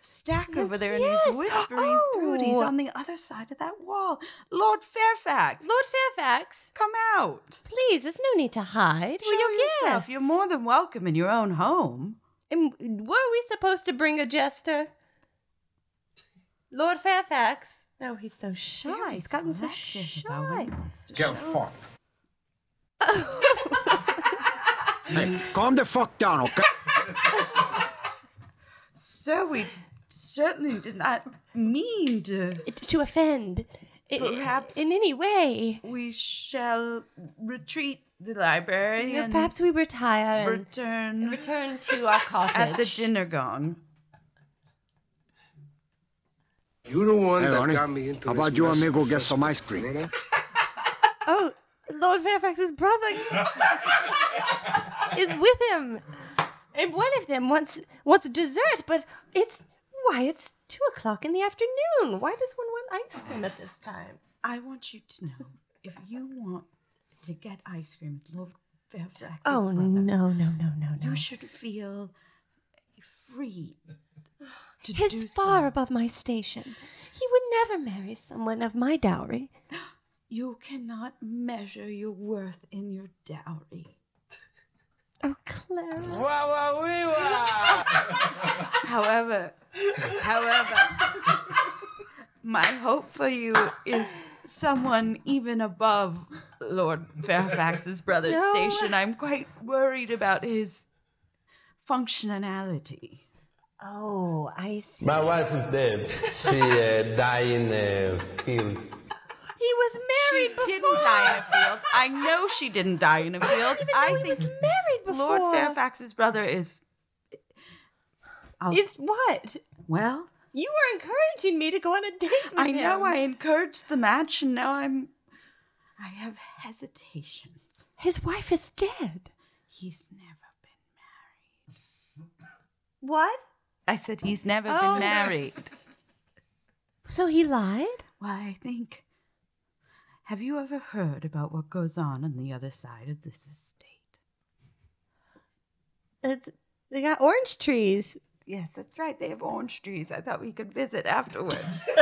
Speaker 1: stack over there
Speaker 7: yes.
Speaker 1: and he's whispering through it. He's
Speaker 7: Oh.
Speaker 1: on the other side of that wall. Lord Fairfax,
Speaker 7: Lord Fairfax,
Speaker 1: come out.
Speaker 7: please, there's no need to hide.
Speaker 1: Show
Speaker 7: We're your
Speaker 1: yourself.
Speaker 7: guests.
Speaker 1: You're more than welcome in your own home.
Speaker 7: And were we supposed to bring a jester? Lord Fairfax. No, Oh, he's so shy.
Speaker 1: Very
Speaker 7: He's gotten so
Speaker 1: selective about what
Speaker 7: shy.
Speaker 1: he wants to
Speaker 12: Get
Speaker 1: show.
Speaker 12: fucked.
Speaker 4: Hey, calm the fuck down, okay?
Speaker 1: So we certainly did not mean to.
Speaker 7: to offend. i-
Speaker 1: Perhaps-
Speaker 7: in any way.
Speaker 1: We shall retreat the library
Speaker 7: No,
Speaker 1: and
Speaker 7: perhaps we retire and
Speaker 1: return
Speaker 7: return to our cottage.
Speaker 1: [laughs] at the dinner gong.
Speaker 12: You the one
Speaker 4: Hey,
Speaker 12: that
Speaker 4: honey,
Speaker 12: got me into
Speaker 4: How
Speaker 12: this
Speaker 4: about you
Speaker 12: mess.
Speaker 4: and me go get some ice cream?
Speaker 7: Oh, Lord Fairfax's brother is with him. And one of them wants wants dessert, but it's why it's two o'clock in the afternoon. Why does one want ice cream at this time?
Speaker 1: I want you to know if you want to get ice cream with Lord Fairfax's
Speaker 7: Oh
Speaker 1: brother,
Speaker 7: no, no, no, no, no.
Speaker 1: you should feel free. To
Speaker 7: His
Speaker 1: do
Speaker 7: far
Speaker 1: so.
Speaker 7: above my station. He would never marry someone of my dowry.
Speaker 1: You cannot measure your worth in your dowry.
Speaker 7: Oh, Clara.
Speaker 10: Wah, wah, wee, wah.
Speaker 1: However, however, my hope for you is someone even above Lord Fairfax's brother's
Speaker 7: No.
Speaker 1: station. I'm quite worried about his functionality.
Speaker 7: Oh, I see.
Speaker 13: My wife is dead. She uh, died in a field.
Speaker 7: He was married before.
Speaker 1: Didn't die in a field. I know she didn't die in a field.
Speaker 7: even know
Speaker 1: I
Speaker 7: he
Speaker 1: think
Speaker 7: was married before.
Speaker 1: Lord Fairfax's brother is. I'll-
Speaker 7: Is what?
Speaker 1: well,
Speaker 7: You were encouraging me to go on a date with
Speaker 1: I know
Speaker 7: him.
Speaker 1: I encouraged the match, and now I'm. I have hesitations.
Speaker 7: His wife is dead.
Speaker 1: He's never been married.
Speaker 7: What?
Speaker 1: I said he's never
Speaker 7: Oh.
Speaker 1: been married. [laughs]
Speaker 7: So he lied?
Speaker 1: Well, I think. Have you ever heard about what goes on on the other side of this estate?
Speaker 7: It's, they got orange trees.
Speaker 1: Yes, that's right. They have orange trees. I thought we could visit afterwards. [laughs]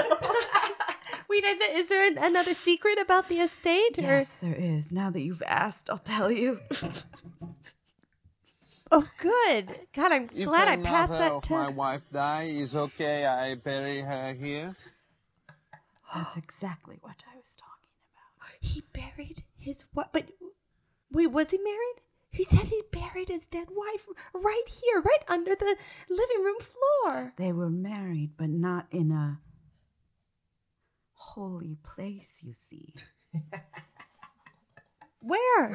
Speaker 7: Wait, I th- is there an, another secret about the estate? or-
Speaker 1: Yes, there is. Now that you've asked, I'll tell you. [laughs]
Speaker 7: Oh, good. God, I'm glad I passed that test.
Speaker 13: wife die is okay. I bury her here.
Speaker 1: That's exactly what I was talking
Speaker 7: He buried his wife. But wait, was he married? He said he buried his dead wife right here, right under the living room floor.
Speaker 1: They were married, but not in a holy place, you see.
Speaker 7: Where?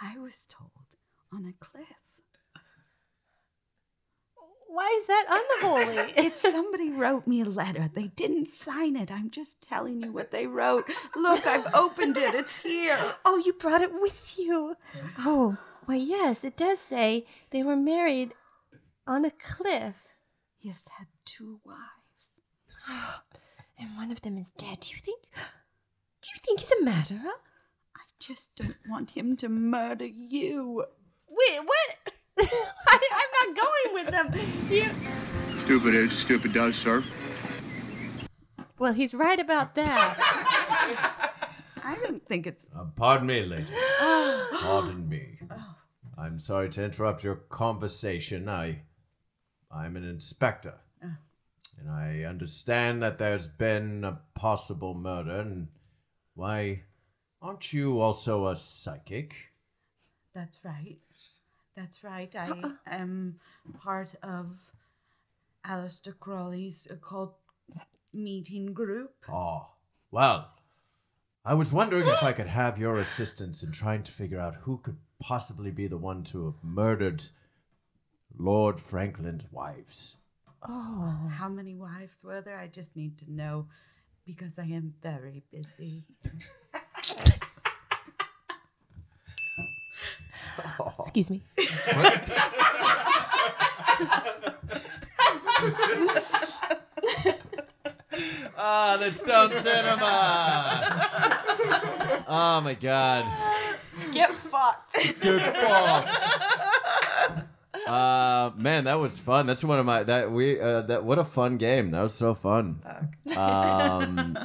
Speaker 1: I was told on a cliff.
Speaker 7: Why is that unholy?
Speaker 1: it's somebody wrote me a letter. They didn't sign it. I'm just telling you what they wrote. Look, I've opened it. It's here.
Speaker 7: Oh, you brought it with you. Oh, why, yes, it does say they were married on a cliff.
Speaker 1: Yes, had two wives.
Speaker 7: and one of them is dead. Do you think? Do you think he's a murderer?
Speaker 1: I just don't want him to murder you.
Speaker 7: Wait, what? [laughs] I, I'm not going with them. You...
Speaker 12: Stupid is, stupid does, sir.
Speaker 7: Well, he's right about that.
Speaker 1: I don't think it's.
Speaker 2: Uh, pardon me, lady. pardon me. I'm sorry to interrupt your conversation. I, I'm an inspector,
Speaker 1: Ah.
Speaker 2: and I understand that there's been a possible murder. And why, aren't you also a psychic?
Speaker 1: That's right. That's right. I am part of Alistair Crawley's occult meeting group.
Speaker 2: Ah, well, I was wondering if I could have your assistance in trying to figure out who could possibly be the one to have murdered Lord Franklin's wives.
Speaker 7: Oh.
Speaker 1: How many wives were there? I just need to know because I am very busy.
Speaker 7: Excuse me.
Speaker 2: Ah, that's Stone Cinema. oh my god.
Speaker 6: Get fucked.
Speaker 2: Good ball. Uh man, that was fun. That's one of my that we uh, that what a fun game. That was so fun.
Speaker 7: [laughs]
Speaker 2: Um,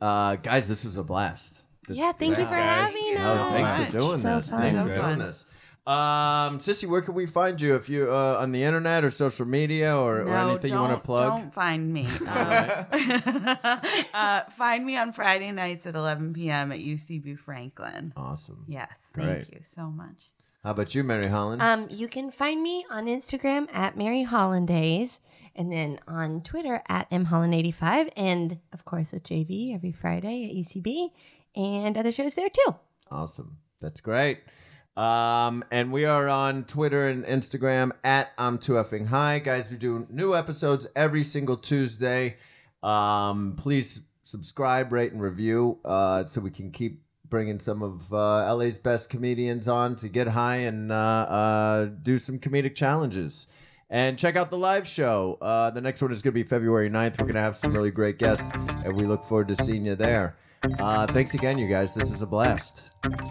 Speaker 2: uh, guys, this was a blast. This-
Speaker 7: Yeah, thank you for
Speaker 2: guys.
Speaker 7: having
Speaker 2: No,
Speaker 7: us.
Speaker 2: thanks for
Speaker 7: So
Speaker 2: doing this.
Speaker 7: fun.
Speaker 2: Thanks
Speaker 7: So
Speaker 2: for doing
Speaker 7: fun.
Speaker 2: this. Um, Sissy, where can we find you if you uh, on the internet or social media or, or
Speaker 1: No,
Speaker 2: anything you want to
Speaker 1: don't-
Speaker 2: plug?
Speaker 1: Don't find
Speaker 2: [laughs]
Speaker 1: me. Um, [laughs] uh, find me on Friday nights at 11 p.m. at UCB Franklin.
Speaker 2: Awesome.
Speaker 1: Yes, thank
Speaker 2: Great.
Speaker 1: you so much.
Speaker 2: How about you, Mary Holland?
Speaker 7: Um, you can find me on Instagram at Mary Hollandays, and then on Twitter at mholland85, and of course at JV every Friday at UCB, and other shows there too.
Speaker 2: Awesome. That's great. Um, and we are on Twitter and Instagram at I'm Too Effing High. Guys, we do new episodes every single Tuesday. Um, please subscribe, rate, and review uh, so we can keep bringing some of uh, LA's best comedians on to get high and uh, uh, do some comedic challenges. And check out the live show. Uh, the next one is going to be February 9th. We're going to have some really great guests, and we look forward to seeing you there. Uh, thanks again, you guys. This was a blast.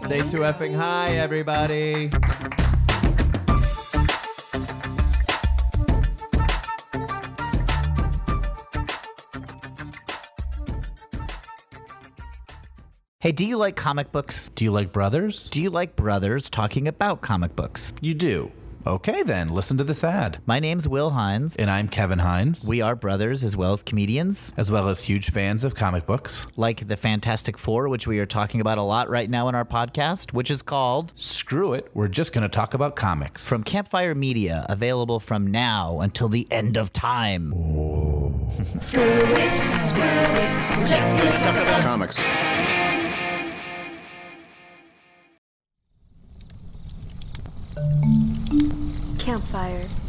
Speaker 2: Stay too effing high, everybody.
Speaker 14: Hey, do you like comic books? Do you like brothers? Do you like brothers talking about comic books? You do. Okay, then, listen to this ad. My name's Will Hines. And I'm Kevin Hines. We are brothers as well as comedians, as well as huge fans of comic books. Like the Fantastic Four, which we are talking about a lot right now in our podcast, which is called Screw It, We're Just Gonna Talk About Comics. From Campfire Media, available from now until the end of time.
Speaker 15: Screw it, screw it. We're just gonna talk about comics.
Speaker 16: Campfire.